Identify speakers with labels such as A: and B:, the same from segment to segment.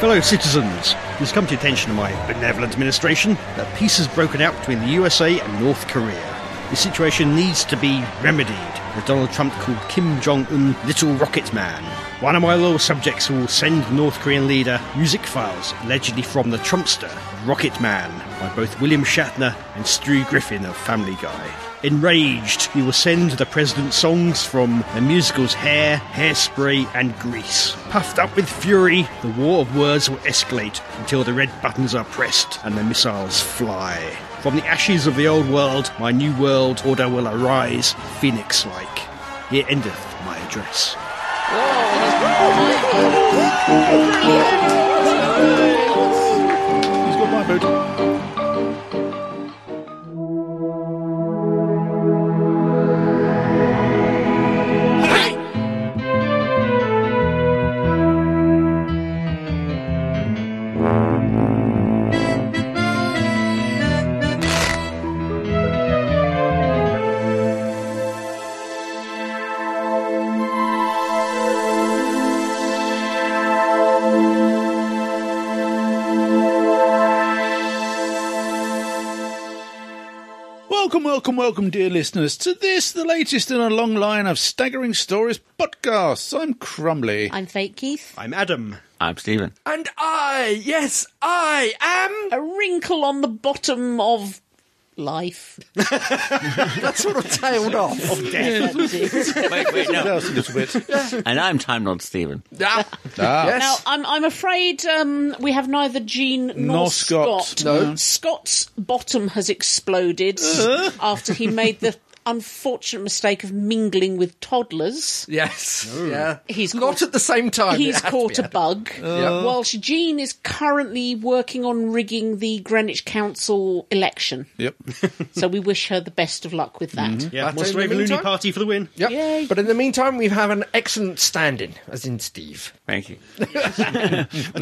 A: Fellow citizens, it has come to the attention of my benevolent administration that peace has broken out between the USA and North Korea. The situation needs to be remedied, as Donald Trump called Kim Jong un Little Rocket Man. One of my loyal subjects will send North Korean leader music files allegedly from the Trumpster, Rocket Man, by both William Shatner and Stu Griffin of Family Guy. Enraged, he will send the president songs from the musicals Hair, Hairspray, and Grease. Puffed up with fury, the war of words will escalate until the red buttons are pressed and the missiles fly. From the ashes of the old world, my new world order will arise, phoenix like. Here endeth my address.
B: He's got my vote. Welcome, welcome, welcome, dear listeners, to this, the latest in a long line of staggering stories podcasts. I'm Crumbly.
C: I'm Fake Keith.
A: I'm Adam.
D: I'm Stephen.
E: And I, yes, I am.
C: A wrinkle on the bottom of life.
E: That sort of tailed off.
C: That was it.
D: Wait, wait, no.
B: Just a little bit.
D: And I'm Time Lord Stephen.
E: Ah,
C: now,
E: Yes.
C: I'm, I'm afraid um, we have neither Jean nor,
B: Nor Scott.
C: Scott.
E: No. Uh.
C: Scott's bottom has exploded after he made the unfortunate mistake of mingling with toddlers.
E: Yes. Yeah.
C: He's
E: not
C: caught-
E: at the same time.
C: He's
E: It has
C: caught
E: to
C: a
E: be.
C: bug. Whilst Jean is currently working on rigging the Greenwich Council election.
B: Yep.
C: So we wish her the best of luck with that.
A: Yeah,
E: But
A: Monster
E: in the
A: Raven Looney
E: meantime-
A: Party for the win.
E: Yep.
C: Yay.
E: But in the meantime, we have an excellent stand-in, as in Steve.
D: Thank you. we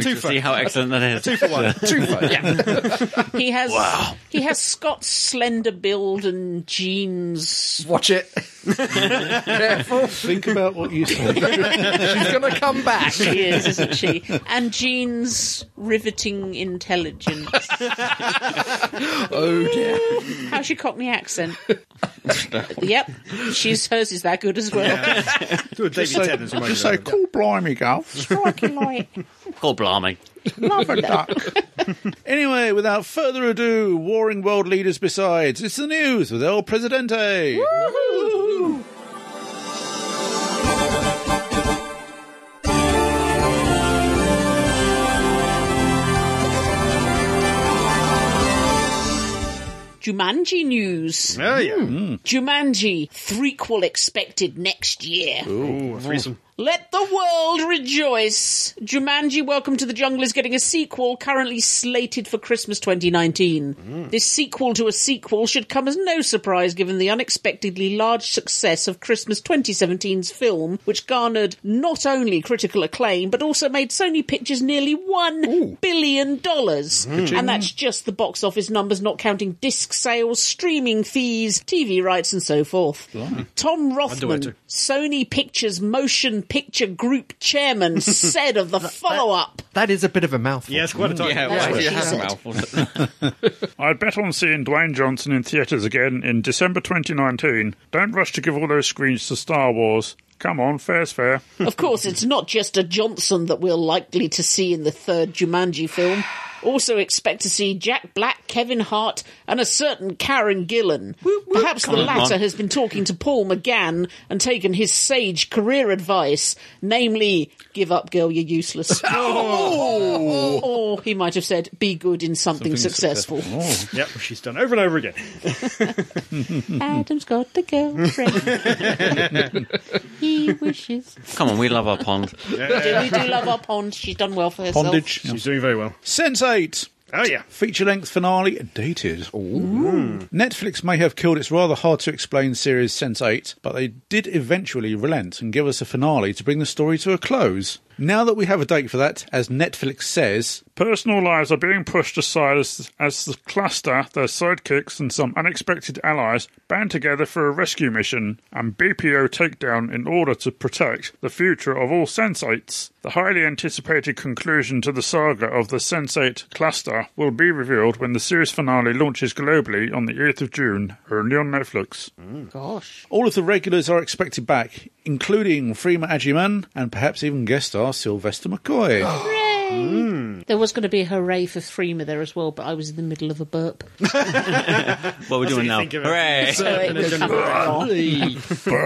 D: shall see how excellent that is.
A: Two for one.
E: True, yeah.
C: He has he has Scott's slender build and jeans.
E: Watch it. Careful.
B: Think about what you said.
E: She's going to come back.
C: She is, isn't she? And Jean's riveting intelligence.
E: Oh, dear.
C: How's she Cockney accent? yep, she's hers is that good as well.
A: Two of David Tennant's reminded
B: Just say,
A: me of
B: cool blimey, Gulf.
C: Crikey, like,
D: Oh, blimey.
B: Love a duck. anyway, without further ado, warring world leaders besides, it's the news with El Presidente.
C: Jumanji news.
A: that. Oh, yeah.
C: Jumanji threequel expected next year.
A: Ooh, a threesome.
C: Let the world rejoice. Jumanji Welcome to the Jungle is getting a sequel currently slated for Christmas 2019.
A: Mm.
C: This sequel to a sequel should come as no surprise given the unexpectedly large success of Christmas 2017's film, which garnered not only critical acclaim but also made Sony Pictures nearly one billion dollars. And that's just the box office numbers not counting disc sales, streaming fees, TV rights and so forth. Tom
A: Underwear too.
C: Rothman Sony Pictures Motion Picture Group Chairman said of the follow up.
E: That is a bit of a mouthful.
A: Yeah, it's quite a time.
D: Uh,
C: That's what she
D: Yeah,
C: said.
D: mouthful.
F: I bet on seeing Dwayne Johnson in theatres again in December 2019. Don't rush to give all those screens to Star Wars. Come on, fair's fair.
C: Of course, it's not just a Johnson that we're likely to see in the third Jumanji film. Also, expect to see Jack Black, Kevin Hart, and a certain Karen Gillan. Perhaps the latter has been talking to Paul McGann and taken his sage career advice, namely, give up, girl, you're useless. Or he might have said, be good in something, successful.
A: Yep, she's done over and over again.
C: Adam's got the girlfriend. he wishes.
D: Come on, we love our pond.
C: Do we do love our pond? She's done well for herself.
B: Bondage.
A: She's doing very well.
B: Sense 8.
A: Oh, yeah. Hmm.
B: Feature length finale dated. Netflix may have killed its rather hard to explain series Sense 8, but they did eventually relent and give us a finale to bring the story to a close. Now that we have a date for that, as Netflix says,
F: Personal lives are being pushed aside as, as the cluster, their sidekicks, and some unexpected allies band together for a rescue mission and BPO takedown in order to protect the future of all Sensates. The highly anticipated conclusion to the saga of the Sensate cluster will be revealed when the series finale launches globally on the 8th of June, only on Netflix.
C: Gosh.
B: All of the regulars are expected back, including Freema Ajiman and perhaps even guest star Sylvester McCoy.
A: Oh,
C: There was going to be a hooray for Freema there as well, but I was in the middle of a burp.
D: What are we doing now?
A: think of it.
D: Hooray!
C: So it was kind of-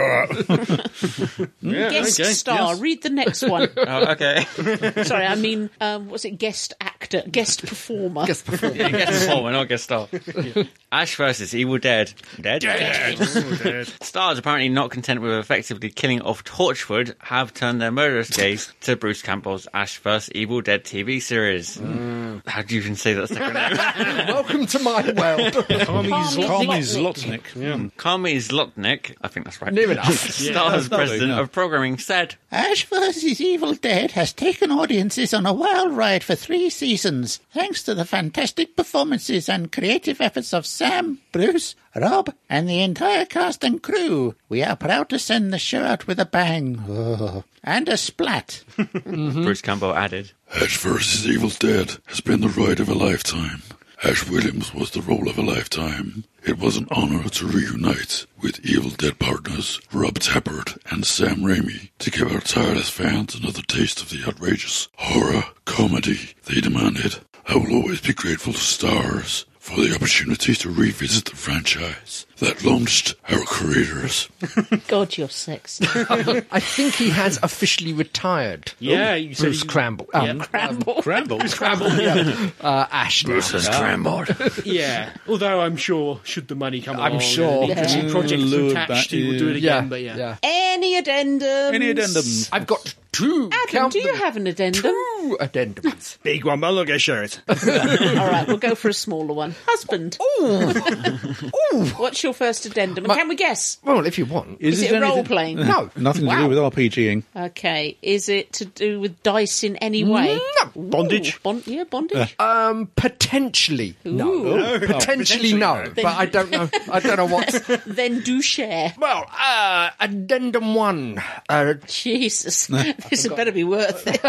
C: guest
D: okay,
C: star.
D: yes.
C: Read the next one.
D: Oh, okay.
C: Sorry, I mean, um, what's it? Guest actor, guest performer.
D: Yeah, guess what? We're not guest star. Ash versus Evil Dead. Dead. Stars apparently not content with effectively killing off Torchwood have turned their murderous gaze to Bruce Campbell's Ash vs Evil Dead TV series. How do you even say that second name?
E: Welcome to my world.
B: Carmi
C: Zlotnick.
B: Zlotnick.
D: Kami Zlotnick, I think that's right.
E: Near enough.
D: Stars president
B: enough.
D: of programming said,
G: Ash vs. Evil Dead has taken audiences on a wild ride for three seasons, thanks to the fantastic performances and creative efforts of Sam, Bruce, Rob, and the entire cast and crew. We are proud to send the show out with a bang Oh, and a splat.
D: Bruce Campbell added,
H: Ash vs. Evil Dead has been the ride of a lifetime. Ash Williams was the role of a lifetime. It was an honor to reunite with Evil Dead partners Rob Tappert and Sam Raimi to give our tireless fans another taste of the outrageous horror comedy they demanded. I will always be grateful to Stars for the opportunity to revisit the franchise that launched our careers.
C: God, you're sex.
E: I think he has officially retired.
A: Yeah, you said
E: Bruce
A: he-
E: Cramble. Um,
C: Cramble.
B: Cramble.
E: uh, Ash. now.
I: Yeah. Although I'm sure, should the money come
E: I'm
I: along,
E: sure.
I: and interesting
B: Yeah.
I: projects
A: Mm,
B: Lure
I: attached,
B: that
I: he will do it
B: in.
I: again. But yeah,
C: Any addendums?
B: Any addendums?
E: I've got two.
C: Adam,
E: count
C: do you
E: them,
C: have an addendum?
E: two addendums?
A: Big one, but I'm not going to show it.
C: All right, we'll go for a smaller one. Husband. What's your first addendum? And can we guess?
E: well, if you want.
C: Is,
B: this
C: it
B: anything-
C: role playing?
E: No.
B: Nothing to do with RPGing.
C: Okay. Is it to do with dice in any way?
E: No.
A: Bondage?
C: Ooh, Bon- yeah, bondage.
E: Um, potentially. No.
C: Ooh.
E: Potentially no. But I don't know. I don't know what.
C: then do share.
E: Well, uh, addendum one. Uh,
C: Jesus, this had better be worth it.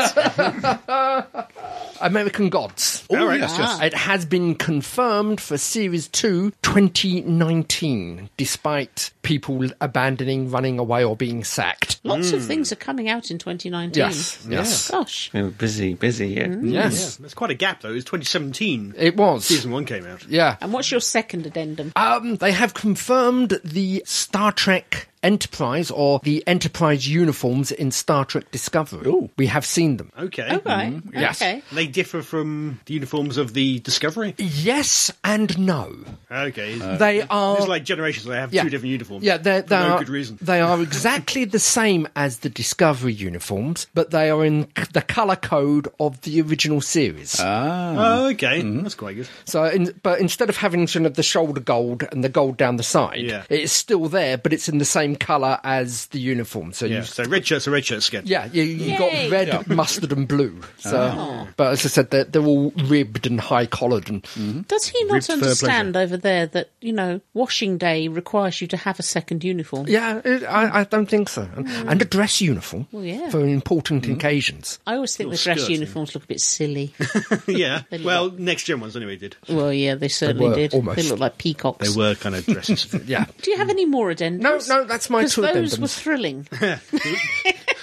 E: American Gods.
B: Oh, yes, yes.
E: It has been confirmed for Series 2 2019, despite people abandoning, running away, or being sacked.
C: Lots of things are coming out in 2019.
E: Hmm. Yes, yes.
C: Gosh.
D: we were busy, busy. Yeah.
E: Mm-hmm. Yes.
A: That's quite a gap, though. It was 2017.
E: It was.
A: Season 1 came out.
E: Yeah.
C: And what's your second addendum?
E: Um, they have confirmed the Star Trek Enterprise or the Enterprise uniforms in Star Trek Discovery. We have seen them.
A: Okay.
C: All Oh, right.
E: Mm-hmm. yes.
C: Okay.
A: They differ from the uniforms of the Discovery.
E: Yes and no.
A: Okay.
E: they are.
A: Uh, it's like generations. They have two different uniforms.
E: Yeah, they're,
A: for
E: they
A: no
E: are,
A: good reason.
E: They are exactly the same as the Discovery uniforms, but they are in c- the color code of the original series.
A: Oh, okay. That's quite good.
E: so, in, but instead of having sort of the shoulder gold and the gold down the side,
A: Yeah.
E: it's still there, but it's in the same color as the uniform. So
A: Yeah.
E: you.
A: So red shirts are red shirts again.
E: Yeah, you, you
C: Yay.
E: got red, mustard, and blue. So,
A: Oh.
E: but as I said, they're, they're all ribbed and high collared, and
C: Does he not understand over there that, you know, washing day requires you to have a second uniform?
E: yeah, it, I, I don't think so. And, and a dress uniform
C: Hmm. Well, yeah. Hmm.
E: for important occasions.
C: I always think the dress uniforms look a bit silly.
A: yeah. Well, next gen ones anyway did.
C: well, yeah, they certainly
E: were,
C: did.
E: almost.
C: They look like peacocks.
A: They were kind of dresses.
E: Yeah.
C: Do you have any more addendums?
E: No, no, that's my
C: 'Cause
E: two
C: those
E: addendums.
C: were thrilling.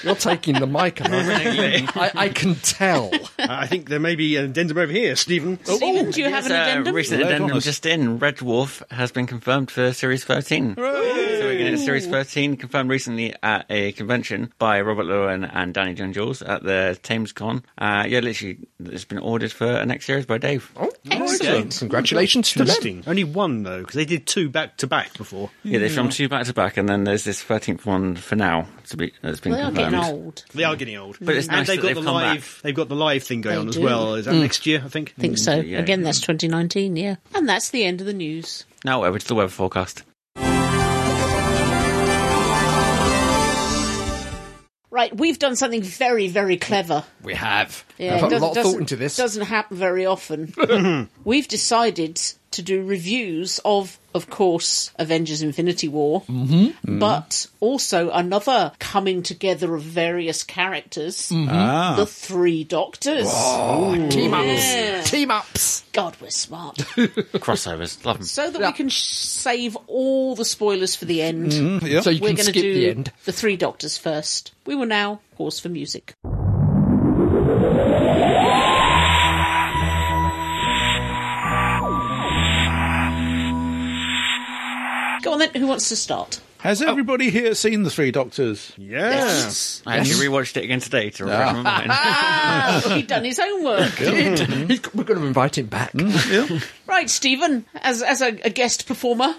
E: You're taking the mic, and I, I can tell.
A: I think there may be an addendum over here, Stephen.
E: Oh,
C: Stephen, do you have an
D: Yes, uh,
C: addendum?
D: recent
B: Right on
D: addendum
B: us.
D: just in. Red Dwarf has been confirmed for Series 13. So we're going to Series 13, confirmed recently at a convention by Robert Lewin and Danny John Jules at the Thames Con. Uh, yeah, literally, it's been ordered for a next series by Dave.
E: Oh.
C: Excellent.
E: Congratulations to them.
A: Interesting. Only one though, because they did two back to back before.
D: Yeah, they filmed two back to back, and then there's this 13th one for now to be, that's been
C: They are
D: confirmed.
C: getting old.
A: They are getting old,
D: But it's
A: and
D: nice
A: they've got
D: that they've
A: the
D: come
A: live.
D: back. Mm.
A: They've got the live thing going
C: They
A: on as
C: do.
A: well. Is that next year? I think.
C: I think so.
E: Mm,
D: yeah,
C: Again,
D: yeah.
C: that's 2019, yeah. And that's the end of the news.
D: Now, over to the weather forecast.
C: Right, we've done something very, very clever.
E: We have.
C: Yeah,
E: I've
C: it
E: put a
C: doesn't-
E: lot of thought
C: doesn't-
E: into this.
C: Doesn't happen very often. We've decided to do reviews of, of course, Avengers: Infinity War,
E: Mm-hmm.
C: but also another coming together of various characters,
E: Mm-hmm.
C: the Three Doctors.
E: Team ups.
C: Yeah.
E: Team ups.
C: God, we're smart,
D: Crossovers. Love them.
C: so that we can sh- save all the spoilers for the
E: Mm.
C: end.
E: So you
C: We're going
E: can
C: to
E: skip
C: do
E: the end.
C: the Three Doctors first. We will now pause for music. Go on then. Who wants to start?
B: Has everybody here seen The Three Doctors?
A: Yeah.
D: I actually rewatched it again today to refresh my mind.
C: Ah, he'd done his homework. Hmm?
E: We're going to invite him back.
C: Right, Stephen, as as a, a guest performer,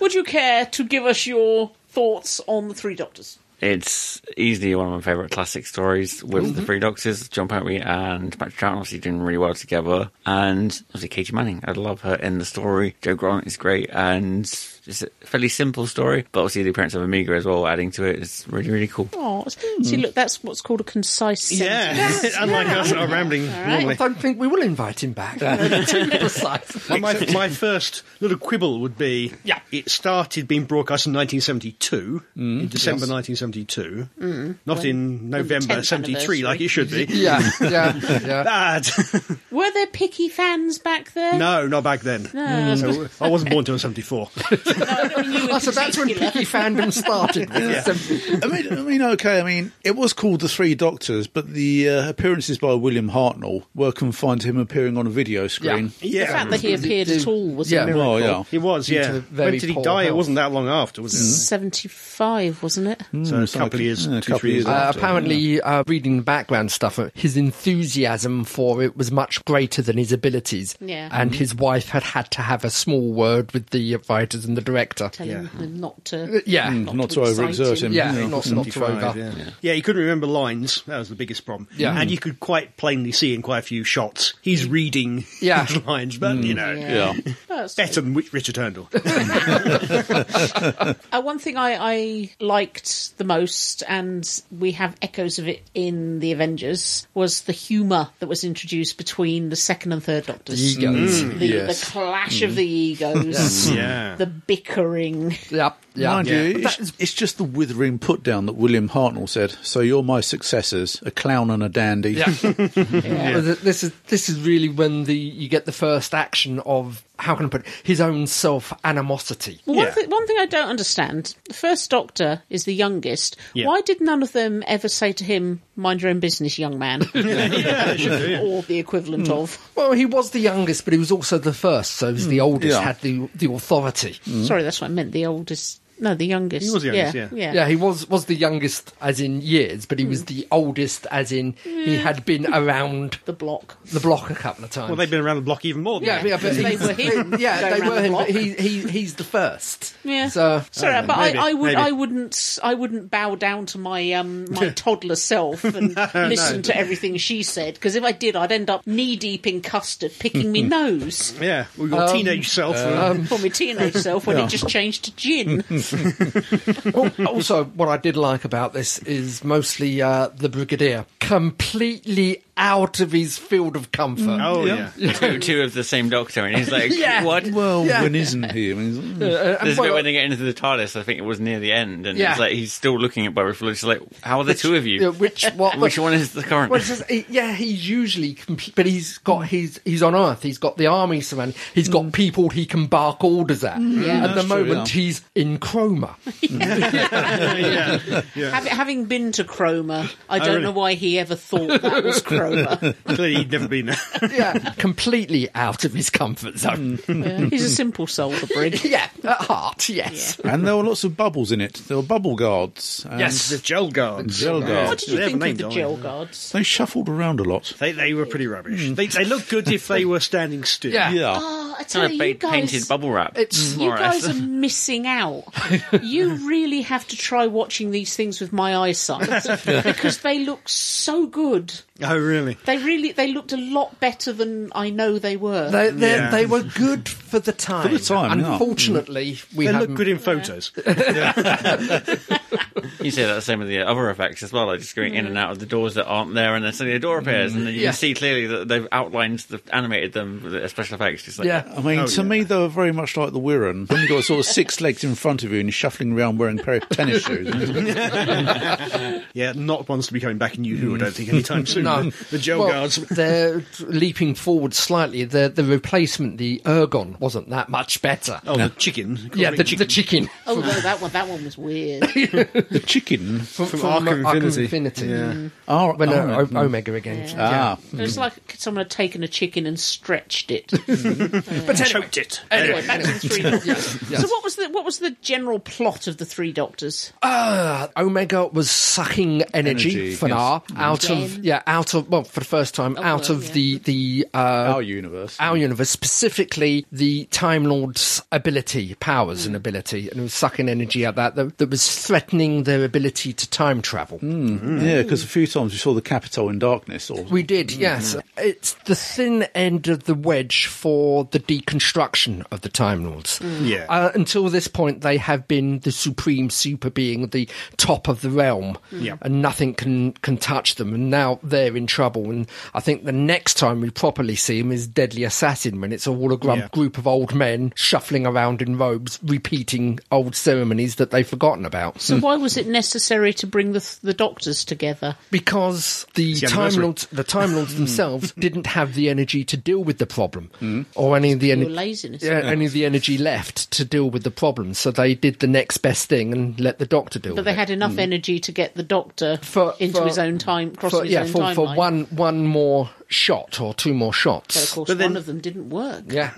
C: would you care to give us your thoughts on the Three Doctors?
D: It's easily one of my favourite classic stories with the
E: Mhm.
D: three doctors, John Pertwee and Patrick Troughton, obviously doing really well together. And obviously Katie Manning. I love her in the story. Joe Grant is great and it's a fairly simple story, but obviously the appearance of Amiga as well adding to it is really, really cool.
C: Oh, see, look, that's what's called a concise
A: Yeah.
C: sentence.
A: Unlike us that are rambling
E: I
A: normally.
E: don't think we will invite him back. Too precise.
A: My, my, my first little quibble would be yeah. it started being broadcast in 1972,
D: Mm.
A: in December 1972,
C: Mm.
A: not in November
C: 10th
A: 73 like it should be.
E: Yeah, yeah, yeah.
A: Bad.
C: Were there picky fans back there?
A: no, not back then. So I wasn't born until 74.
E: Oh, so that's when picky fandom started. So-
B: I mean, I mean, okay. I mean, it was called the Three Doctors, but the uh, appearances by William Hartnell were confined to him appearing on a video screen.
C: The fact that he appeared at all was
E: Yeah.
C: a miracle.
B: Oh, yeah.
A: He was,
E: to
A: yeah.
E: the
A: When
E: very
A: did he
E: poor
A: die? It
E: health.
A: wasn't that long after,
E: Mm.
A: was
C: 75, wasn't it?
A: it?
B: Mm,
A: So a couple
B: something-
A: of years,
B: yeah, a
A: two,
B: couple
A: three
B: of
A: years.
B: years
A: after.
E: Uh, apparently, uh, reading the background stuff, uh, his enthusiasm for it was much greater than his abilities.
C: Yeah.
E: And his wife had had to have a small word with the writers and the director.
C: Telling them not
E: Uh,
C: to.
E: Yeah.
B: Not to
C: too
B: overexert
C: exciting.
B: him.
E: yeah,
B: you know.
E: not, not to
A: 75,
E: over.
A: yeah. yeah, he couldn't remember lines. That was the biggest problem.
E: Yeah. Mm.
A: And you could quite plainly see in quite a few shots he's reading
E: Yeah. Mm.
A: his lines, but you know,
B: Yeah.
C: That's-
A: better than Rich- Richard Herndl.
C: Uh, one thing I, I liked the most, and we have echoes of it in The Avengers, was the humour that was introduced between the second and third Doctors.
E: Egos.
C: The, the clash
B: Mm.
C: of the egos.
A: yeah.
C: The bickering.
E: Yep. Yeah.
B: Mind
E: yeah.
B: you,
E: But
B: it's,
E: that is-
B: it's just the withering put down that William Hartnell said. So you're my successors, a clown and a dandy.
E: well, th- This is this is really when the you get the first action of how can I put it, his own self animosity.
C: Well, one,
A: Yeah.
C: thi- one thing I don't understand the first doctor is the youngest.
A: Yeah.
C: Why did none of them ever say to him, Mind your own business, young man? Or the equivalent
A: Mm.
C: of.
E: Well, he was the youngest, but he was also the first, so he was the oldest
B: Mm. Yeah.
E: had the the authority.
C: Sorry, that's what I meant. The oldest. No, the youngest.
A: Mm. He was the youngest,
C: Yeah. Hmm.
E: Yeah, he was was the youngest as in years, but he was the oldest as in he had been around
C: The block.
E: the block a couple of times.
A: Well, they've been around the block even more than
E: yeah,
A: that.
E: yeah, but
C: They
E: he's-
C: were him.
E: Yeah,
C: Going
E: they
C: round
E: were
C: the
E: him.
C: block.
E: But he, he he's the first.
C: Yeah.
E: So um,
C: Sorry, but
A: uh, maybe,
C: I, I would,
A: maybe.
C: I wouldn't, I wouldn't bow down to my um, my toddler self and listen to everything she said because if I did, I'd end up knee deep in custard, picking me nose.
A: Yeah, we've
E: Um,
A: got teenage self. uh, and-
C: For my teenage self, when it just changed to gin.
E: Well, also, what I did like about this is mostly uh, the Brigadier completely out of his field of comfort.
A: oh, yeah.
D: two, two of the same doctor, and he's like,
E: Yeah.
D: what?
B: Well,
E: Yeah.
B: when isn't he? I mean,
E: Uh, and
D: There's a bit
E: well,
D: when they get into the TARDIS, I think it was near the end, and
E: Yeah.
D: it's like he's still looking at Barry It's like, how are the two of
E: yeah,
D: you?
E: which what
D: Which one is the current?
E: Well, it's just, he- yeah, he's usually, compl- but he's got his, he's on Earth, he's got the army surrounded, he's got people he can bark orders at. at the
B: That's true,
E: moment,
B: yeah.
E: he's in chroma.
C: Hav- Having been to Cromer, I don't
A: Oh, really?
C: know why he ever thought that was Cromer.
A: Clearly, he'd never been there.
E: yeah, completely out of his comfort zone.
C: Yeah, he's a simple soul, the brig.
E: yeah, at heart, yes.
B: and there were lots of bubbles in it. There were bubble guards. And
E: Yes.
A: the gel guards.
B: Gel guards.
C: What did you
A: They have
C: think
A: a
C: of
A: name,
C: the
A: don't
C: jail
A: they?
C: guards?
B: They shuffled around a lot.
A: They, they were pretty rubbish. They, they looked good if they were standing still.
E: Mm. Yeah.
B: Yeah.
C: Uh, I
D: It's on
C: tell
D: a
C: you, you
D: big
C: guys,
D: painted bubble wrap.
A: Mm,
E: It's-
C: you
D: more or less.
C: guys are missing out. you really have to try watching these things with my eyesight because they look so good.
A: Oh, really?
C: They really they looked a lot better than I know they were.
E: They, they,
A: Yeah.
E: they were good for the time.
B: the time, yeah.
E: Unfortunately, we
A: They
E: had
A: look good in photos.
D: You say that the same with the other effects as well, like just going in and out of the doors that aren't there, and then suddenly a
E: Mm.
D: door appears, and then you
E: Yeah.
D: can see clearly that they've outlined, the, animated them with the special effects. Just like,
E: Oh, Yeah.
B: I mean, to me, they were very much like the Wirran. When you got sort of six legs in front of you and shuffling around wearing a pair of tennis shoes.
A: Yeah, not ones to be coming back in you who I don't think anytime soon.
E: No.
A: The- The jail
E: Well,
A: guards.
E: they're leaping forward slightly. The the replacement, the ergon, wasn't that much better.
A: Oh, the chicken. Call
E: yeah,
A: me
E: the
A: chicken.
E: chicken. the chicken
C: oh no, that one that one was weird.
B: the chicken.
E: from,
A: Arkham Infinity.
E: Infinity.
B: Oh,
E: Well, uh,
B: oh,
E: no, o- Omega again.
G: Oh,
B: Ah,
C: It was like someone had taken a chicken and stretched it.
E: But anyway,
A: Choked it.
C: anyway, back to the three doctors. So what was the what was the general plot of the three doctors?
E: uh, Omega was sucking energy,
B: Energy,
E: for an
B: yes.
E: hour out
C: Again.
E: of yeah out of well for the first time out
C: well,
E: of
C: yeah.
E: the the uh,
B: our universe.
E: our universe, specifically the Time Lord's ability, powers
C: Hmm.
E: and ability, and it was sucking energy out that, that that was threatening their ability to time travel.
J: Hmm.
B: Mm. Yeah, because a few times we saw the Capitol in darkness. Or
E: mm. We did, yes. It's the thin end of the wedge for the deconstruction of the Time Lords.
C: Hmm.
A: Yeah.
E: Uh, until this point, they have been the supreme super being, the top of the realm,
A: Yeah.
E: and nothing can, can touch them. And now they're in trouble. And I think the next time we properly see them is Deadly Assassin, when it's all a grum-
A: Yeah.
E: group of old men shuffling around in robes, repeating old ceremonies that they've forgotten about.
C: So why was it necessary to bring the the doctors together?
E: because the
A: the
E: time
A: anniversary.
E: lords, the time lords themselves didn't have the energy to deal with the problem,
A: Hmm.
E: or any of the
C: Your
E: energy.
C: laziness.
E: Yeah, any of uh, the energy left to deal with the problem, so they did the next best thing and let the doctor deal
C: But
E: with
C: they
E: it.
C: had enough energy to get the doctor
E: Mm-hmm. For-
C: into
E: for-
C: his own time, crossing
E: for,
C: his
E: yeah,
C: own
E: for,
C: timeline.
E: for one one more shot or two more
C: But of
E: shots.
C: course,
A: But then-
C: one of them didn't work.
E: Yeah,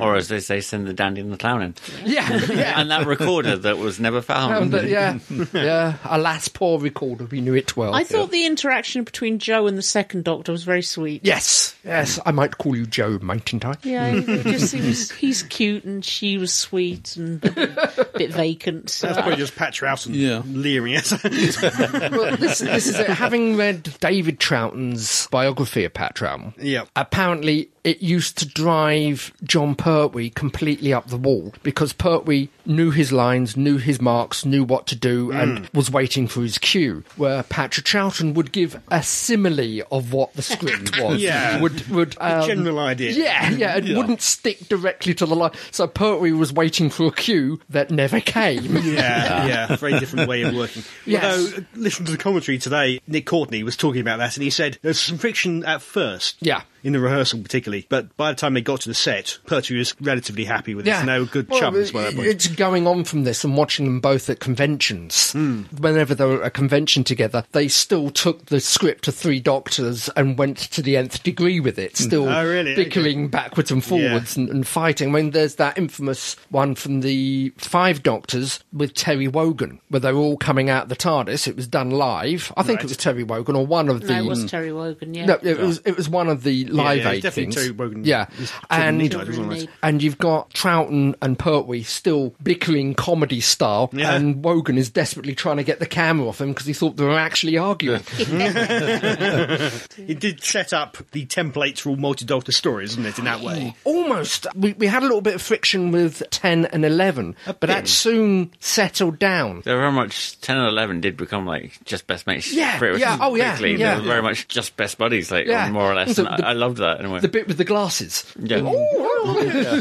D: Or as they say, send the dandy and the clown in.
E: yeah, yeah.
D: And that recorder that was never
E: Um,
D: found.
E: but yeah, yeah. Alas, poor recorder. We knew it well.
C: I thought the interaction between Joe and the second doctor was very sweet.
E: Yes, yes. I might call you Joe, mightn't I?
C: Yeah, it just seems he's cute and she was sweet and a bit vacant. So
E: Uh,
A: That's probably just Patch Rouse and
B: Yeah.
A: leering at us.
E: well, this, this is it. Having read David Troughton's biography of Pat Troughton,
A: Yeah.
E: apparently it used to drive John Pertwee completely up the wall because Pertwee knew his lines, knew his marks, knew what to do,
A: Mm.
E: and was waiting for his cue. Where Patrick Troughton would give a simile of what the script was.
A: Yeah.
E: Would, would, um,
A: general idea.
E: Yeah, yeah, it wouldn't stick directly to the line. So Pertwee was waiting for a cue that never came.
A: Yeah, yeah, very different way of working.
E: Yes.
A: Although, listen to the commentary today, Nick Courtney was talking about that, and he said there's some friction at first.
E: Yeah.
A: In the rehearsal, particularly, but by the time they got to the set, Pertwee was relatively happy with it. No good
E: Well,
A: chums by
E: it-
A: that point.
E: It's going on from this and watching them both at conventions.
A: Hmm.
E: Whenever they were at a convention together, they still took the script to Three Doctors and went to the nth degree with it, still
A: Oh, really? Okay.
E: bickering backwards and forwards and, and fighting. I mean, there's that infamous one from the Five Doctors with Terry Wogan, where they were all coming out of the TARDIS. It was done live. I think it was Terry Wogan or one of the.
C: no, it was Terry Wogan. Yeah,
E: Mm. No, it was it was one of the live
A: yeah,
E: aid
A: definitely
E: things.
A: Terry Wogan.
E: Yeah,
A: It's Children
E: and
A: Need Died, wasn't it?
E: and you've got Troughton and Pertwee still bickering comedy style,
A: Yeah.
E: and Wogan is desperately trying to get the camera off him because he thought they were actually arguing.
A: It did set up the templates for all multi-doctor stories, didn't it? In that way.
E: Almost, we, we had a little bit of friction with ten and eleven, but that soon settled down.
D: They were very much 10 and 11 did become like just best mates.
E: Yeah,
D: pretty
E: yeah, oh, yeah,
D: quickly.
E: yeah.
D: They were very much just best buddies, like
E: Yeah.
D: more or less.
E: The-
D: and
E: the-
D: I, I loved that anyway.
E: The bit with the glasses. Oh,
D: Yeah.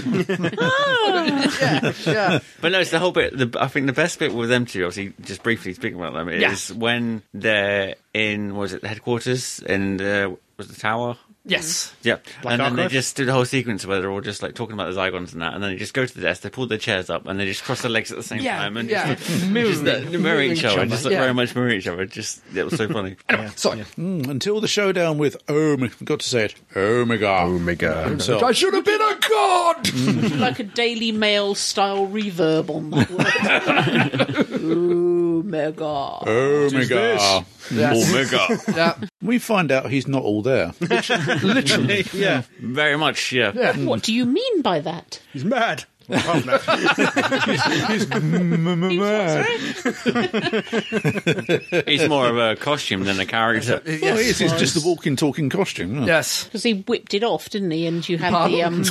E: yeah, yeah.
D: But no, it's the whole bit. The, I think the best bit with them two, obviously, just briefly speaking about them, is
E: Yeah.
D: when they're in, what was it, the headquarters in the, was it the tower?
E: Yes.
D: Yeah, and then they
A: Archive?
D: just do the whole sequence where they're all just like talking about the Zygons and that, and then they just go to the desk, they pull their chairs up, and they just cross their legs at the same
E: Yeah,
D: time, and
E: yeah.
D: just, just that- mirroring, each other, just like,
E: yeah.
D: very much mirroring each other. Just it was so funny.
E: Sorry.
B: Mm, until the showdown with Omega. Got to say it. Omega. Omega. Himself.
E: I should have been a god.
C: like a Daily Mail style reverb on that word. Omega.
B: Oh my god.
D: Omega.
E: Yeah,
B: We find out he's not all there.
E: literally.
A: Yeah,
D: Very much, yeah.
C: What do you mean by that?
A: he's mad.
D: He's more of a costume than a character.
B: Well, he is. He's just a walking, talking costume. isn't it?
E: Yes.
C: Because he whipped it off, didn't he? And you had the um,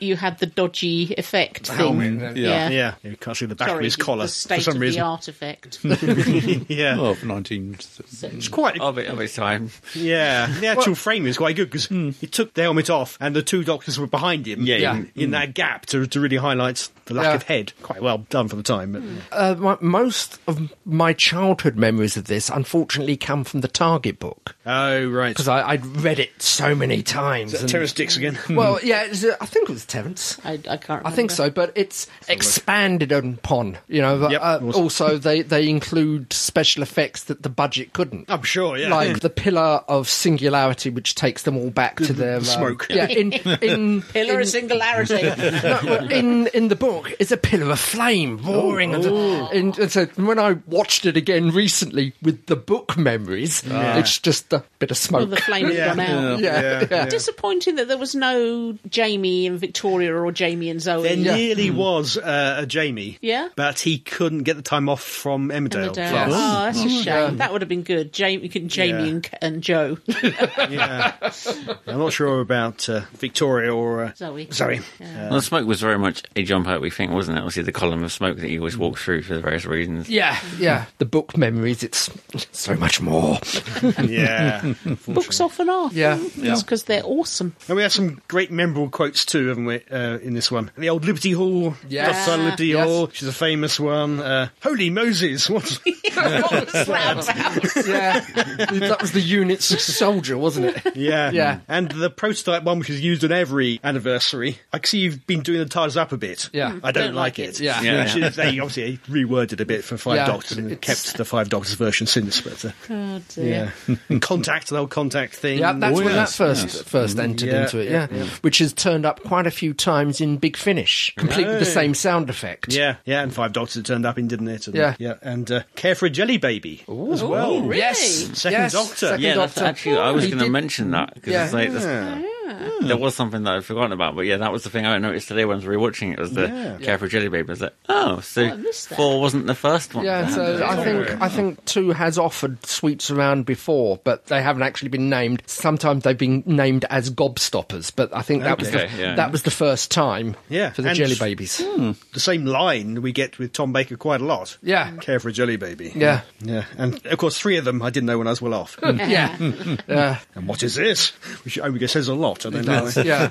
C: you had the dodgy effect thing.
B: yeah.
A: Yeah, you can't see the back of
C: Sorry,
A: his
C: the-
A: collar
C: the state
A: for some
C: of
A: reason.
C: the art effect.
A: Yeah, Uh,
B: Oh, for 19.
A: it's quite.
D: Of, it, of its time.
A: Yeah, the actual frame is quite good because he took the helmet off, and the two doctors were behind him.
E: Yeah.
A: in, in that gap to to really highlight the lack
E: Yeah.
A: of head. Quite well done for the time.
C: Hmm.
A: But
E: Uh, my, most of my childhood memories of this, unfortunately, come from the Target book
A: oh right,
E: because I'd read it so many times. and-
A: Terrence Dix again.
E: well, yeah, it's, uh, I think it was Terence.
C: I, I can't. Remember.
E: I think so, but it's expanded upon. You know,
A: Yep.
E: uh, also they they include special effects that the budget couldn't.
A: I'm sure. Oh, Yeah,
E: Like the pillar of singularity, which takes them all back to their um,
A: smoke.
E: yeah, in in
C: Pillar
E: in,
C: of singularity.
E: no, well, in in the book is a pillar of flame roaring, and, uh, and, and so when I watched it again recently with the book memories, it's just a bit of
C: Well,
E: smoke.
C: the flame had gone out.
E: yeah,
A: Yeah,
E: yeah.
C: Disappointing that there was no Jamie and Victoria or Jamie and Zoe.
A: There nearly was uh, a Jamie.
C: Yeah.
A: But he couldn't get the time off from
C: And
A: Emmerdale.
C: the dad.
E: Yes.
C: Oh, that's a shame. That would have been good. Jamie, Jamie
A: Yeah.
C: and, and Joe.
A: I'm not sure about uh, Victoria or uh,
C: Zoe.
A: Zoe.
D: Well, the smoke was very much a John Pertwee thing, wasn't it? Obviously, the column of smoke that he always walks through for various reasons.
E: Yeah, yeah. The book memories, it's so much more.
A: Yeah.
C: Books off and off.
E: Yeah.
C: It's because they're awesome.
A: and we have some great memorable quotes too, haven't we, uh, in this one? The old Liberty Hall.
E: Yes.
A: Outside Liberty
E: Yes.
A: Hall, which is a famous one. Uh, Holy Moses. What?
C: What was that about?
E: Yeah, that was the unit's soldier, wasn't it?
A: yeah.
E: Yeah.
A: And the prototype one, which is used on every anniversary. I can see you've been doing the TARDIS up a bit.
E: Yeah.
A: I don't, like, it.
E: Yeah.
D: Yeah.
A: Which is- they obviously reworded a bit for Five
E: Yeah.
A: Doctors and
E: It's-
A: kept the Five Doctors version since. But, uh,
C: Oh, dear.
A: Yeah. and contact, the whole contact thing.
E: Yeah, that's when
B: yes,
E: that first first entered
A: Yeah,
E: into it. Yeah. which has turned up quite a few times in Big Finish, completely the same sound effect.
A: yeah, yeah, and five doctors turned up in, didn't it? And,
E: Yeah.
A: yeah, and uh, care for a jelly baby as well.
C: Really?
E: Yes,
A: Second
E: yes,
A: Doctor.
E: Second
D: Yeah, that's
E: Doctor.
D: actually, I was
E: He
D: going to
E: did-
D: mention that because
E: Yeah.
A: Hmm.
D: there was something that I'd forgotten about. But yeah, that was the thing I noticed today when I was rewatching it was the
A: Yeah.
D: Care for a Jelly Baby. I was like, oh, so
C: I missed that.
D: four wasn't the first one.
E: Yeah,
D: then.
E: so I think I think two has offered sweeps around before, but they haven't actually been named. Sometimes they've been named as gobstoppers, but I think that was the,
D: Okay, yeah.
E: that was the first time.
A: Yeah,
E: for the
A: and- Hmm.
E: jelly babies.
A: The same line we get with Tom Baker quite a lot.
E: Yeah.
A: care for a jelly baby.
E: Yeah.
A: yeah, and of course three of them I didn't know when I was well off. and
E: Yeah, yeah,
A: what is this? Which Omega says a lot. I don't know.
E: yeah.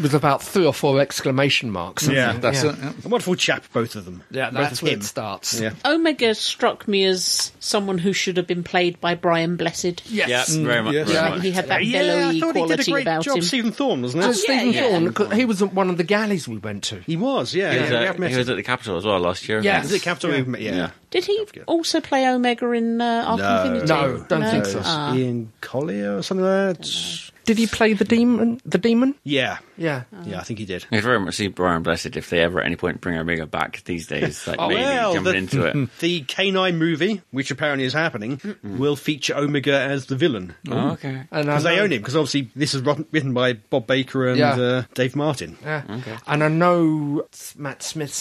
E: With about three or four exclamation marks. I
A: Yeah.
E: think.
B: That's
E: yeah.
B: it. yeah.
A: A wonderful chap, both of them.
E: Yeah,
A: both
E: that's
A: of
E: where
A: him.
E: it starts.
A: Yeah.
C: Omega struck me as someone who should have been played by Brian Blessed.
D: Yeah,
E: Yes.
D: very much.
A: Mm,
B: yes.
D: Very
E: Yeah.
D: much.
C: He had that
A: yeah, I
C: bellowy
A: thought he did a
C: quality
A: great
C: about
A: job.
C: him.
A: Stephen Thorne, wasn't it?
E: And Stephen
C: yeah.
E: Thorne, 'cause he was at one of the galleys we went to.
A: He was. Yeah,
D: He was,
A: yeah,
D: uh,
A: we have met
D: he
A: him.
D: was at the Capitol as well last year.
E: Yes.
A: Is it Captain? We've met- Yeah.
C: Did he also play Omega in uh, Ark
A: No.
C: Infinity?
E: No, don't think so.
C: Ah.
A: Ian Collier or something like that.
E: Did he play the demon? The demon?
A: Yeah.
E: Yeah.
A: Yeah, I think he did.
D: I very much see Brian Blessed if they ever at any point bring Omega back these days, like maybe jumping
A: Oh, the,
D: into it.
A: the K9 movie, which apparently is happening, will feature Omega as the villain.
D: Oh, okay.
E: And um, I
A: Because they
E: know-
A: own him, because obviously this is written written by Bob Baker and
E: Yeah.
A: uh, Dave Martin.
E: Yeah. And I know Matt Smith's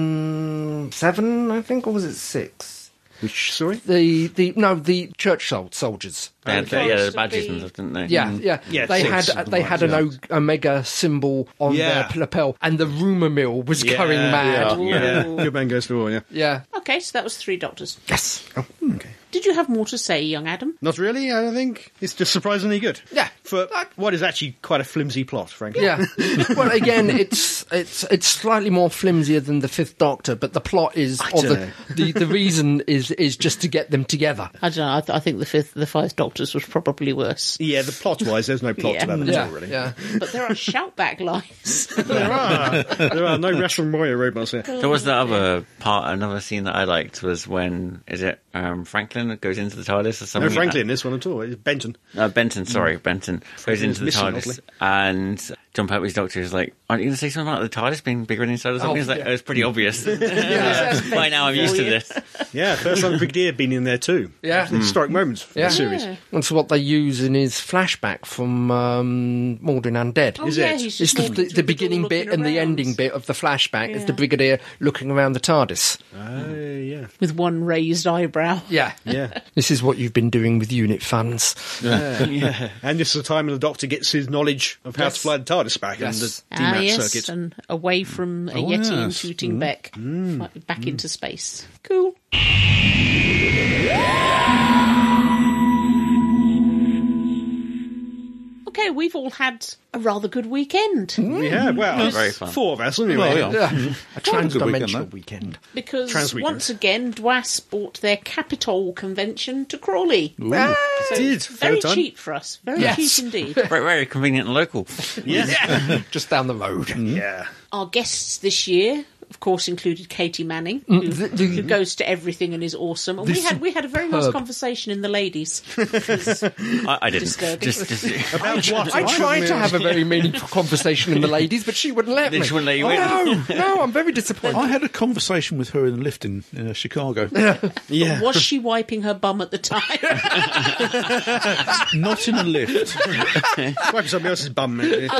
E: season seven, I think, or was it six?
A: Which, sorry?
E: The the no the church sol- soldiers. Mm.
D: They had,
C: Okay.
D: yeah, their
C: Should
D: badges
C: be-
D: and stuff, didn't they? Mm.
E: Yeah, yeah,
A: Yeah,
E: They
A: six,
E: had
A: something
E: they
A: like
E: had
A: that.
E: an o- omega symbol on
A: Yeah.
E: their lapel, and the rumor mill was going mad.
A: Yeah. yeah. Good man goes to war, yeah.
E: Yeah.
C: Okay, so that was three doctors.
E: Yes. Oh, hmm,
C: Did you have more to say, young Adam?
A: Not really, I don't think. It's just surprisingly good.
E: Yeah.
A: For what is actually quite a flimsy plot, frankly.
E: Yeah. well, again, it's it's it's slightly more flimsier than the Fifth Doctor, but the plot is or
A: dunno.
E: the, the the reason is is just to get them together.
C: I don't know. I, th- I think the fifth, the five doctors was probably worse.
A: Yeah, the plot wise, there's no plot
C: Yeah.
A: to that at
E: Yeah.
A: all, really.
E: Yeah.
C: But there are shoutback lines.
A: There are. there are no Russian warrior robots here.
D: There was that other part, another scene that I liked was when, is it um, Franklin goes into the TARDIS or
A: No
D: something?
A: Franklin in this one at all. It's Benton.
D: Uh, Benton, sorry, Benton goes into the
A: missing,
D: TARDIS
A: oddly.
D: and John Pertwee's doctor is like, "Aren't you going to say something about the TARDIS being bigger than inside or something?"
E: Oh,
D: He's like,
E: yeah.
D: "Oh, "It's pretty obvious. By now, I'm used to this."
A: Yeah, first time Brigadier been in there too.
E: Yeah.
A: Some historic moments for
E: Yeah.
A: the series.
E: That's what they use in his flashback from um, Morden Undead.
C: Oh,
A: Is
C: yeah,
A: it?
C: he's just
E: It's the,
C: walking
E: the,
C: through
E: the
C: door
E: beginning
C: looking
E: bit and the
C: around.
E: ending bit of the flashback is the
C: Yeah.
E: Brigadier looking around the TARDIS.
A: Oh, yeah.
C: With one raised eyebrow.
E: Yeah.
A: Yeah.
E: This is what you've been doing with unit funds.
A: And this is the time when the Doctor gets his knowledge of how to
E: Yes.
A: fly the TARDIS back
E: Yes.
A: and the
C: Ah,
A: DMAT
C: yes,
A: circuit. Oh, Mm.
C: and away from a Yeti and
B: yes.
C: shooting back, Like, back into space. Cool. Okay, we've all had a rather good weekend
A: Yeah, well,
D: Very fun.
A: four of us anyway.
B: Well, yeah.
E: A
B: Had a good weekend,
E: transdimensional
B: though.
E: weekend.
C: because
A: Trans weekend.
C: once again, Dwas bought their Capitol convention to Crawley. So
A: did, third
C: very
A: time.
C: cheap for us. Very
E: Yes.
C: cheap indeed.
D: Very, very convenient and local.
E: Just down the road.
D: Mm-hmm.
A: Yeah.
C: Our guests this year, of course, included Katie Manning, who,
E: th- th-
A: Mm-hmm.
C: who goes to everything and is awesome. And we
E: This
C: had we had a very nice
E: superb.
C: conversation in the ladies.
D: I, I didn't.
C: Disturbing.
D: Just, just
A: About what?
E: I tried to have a very meaningful conversation in the ladies, but she wouldn't let
D: Then
E: me.
D: she wouldn't let you Oh.
E: oh, No, no, I'm very disappointed.
B: I had a conversation with her in Lifton, uh, Chicago.
A: Yeah.
C: Was she wiping her bum at the time?
B: Not in a lift.
A: Wipe somebody else's bum, mate.